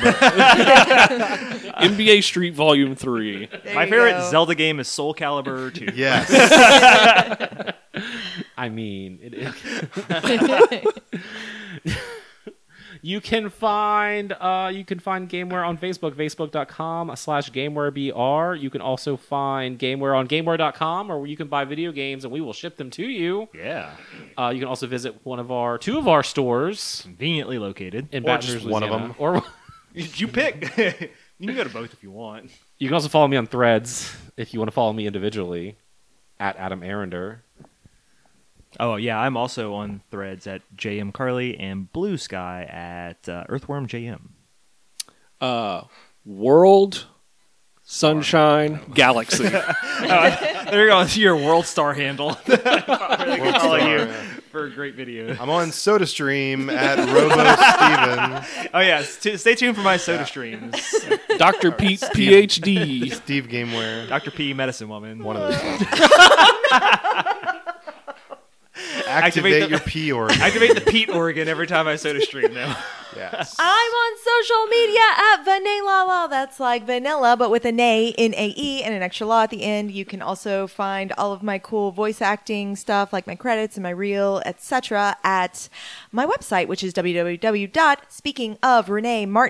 D: NBA Street Volume Three.
B: There
E: My
B: you
E: favorite
B: go.
E: Zelda game is Soul Calibur
C: [laughs]
E: 2.
F: yes.
B: [laughs]
A: I mean, it is. You can find uh, you can find Gameware on Facebook, facebook.com slash GamewareBR. You can also find Gameware on Gameware.com, or you can buy video games and we will ship them to you.
E: Yeah.
A: Uh, you can also visit one of our two of our stores
E: Conveniently located.
A: in
F: Or
A: Baton
F: just
A: Rouge,
F: one of
A: Louisiana.
F: them.
A: Or [laughs]
E: you pick. [laughs] you can go to both if you want.
A: you can also follow me on Threads if you want to follow me individually at Adam Arender.
E: Oh yeah, I'm also on threads at JM Carly and Blue Sky at uh, Earthworm JM.
D: Uh, World Sunshine
E: [laughs]
D: Galaxy.
E: There you go. It's your World Star handle.
F: World Star, yeah.
E: for a great [laughs] video.
C: I'm on SodaStream at Robo Steven.
E: Oh yeah, st- stay tuned for my soda [laughs] streams.
D: Dr. Pete, PhD.
C: Steve Gameware.
E: Dr. P, medicine woman.
C: One of those. Activate,
E: Activate the-
C: your P
E: [laughs]
C: organ.
E: Activate the Pete Oregon every time I soda stream now.
C: Yes.
B: I'm on social media at Vanilla. That's like vanilla, but with an A in AE and an extra law at the end. You can also find all of my cool voice acting stuff, like my credits and my reel, etc., at my website, which is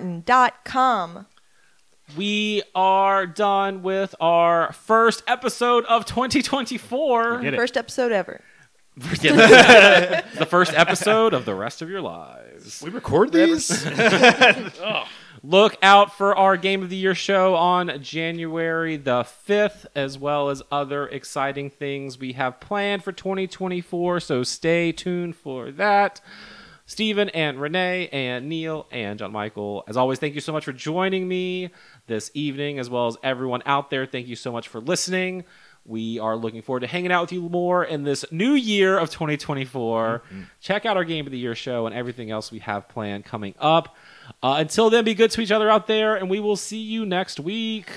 B: www.speakingofreneemartin.com.
A: We are done with our first episode of 2024.
E: Get it.
B: First episode ever.
A: the first episode of the rest of your lives.
C: we record these?
A: [laughs] Look out for our Game of the Year show on January the 5th, as well as other exciting things we have planned for 2024. So stay tuned for that. Stephen and Renee and Neil and John Michael, as always, thank you so much for joining me this evening, as well as everyone out there. Thank you so much for listening. We are looking forward to hanging out with you more in this new year of 2024. Check out our Game of the Year show and everything else we have planned coming up. Uh, until then, be good to each other out there, and we will see you next week.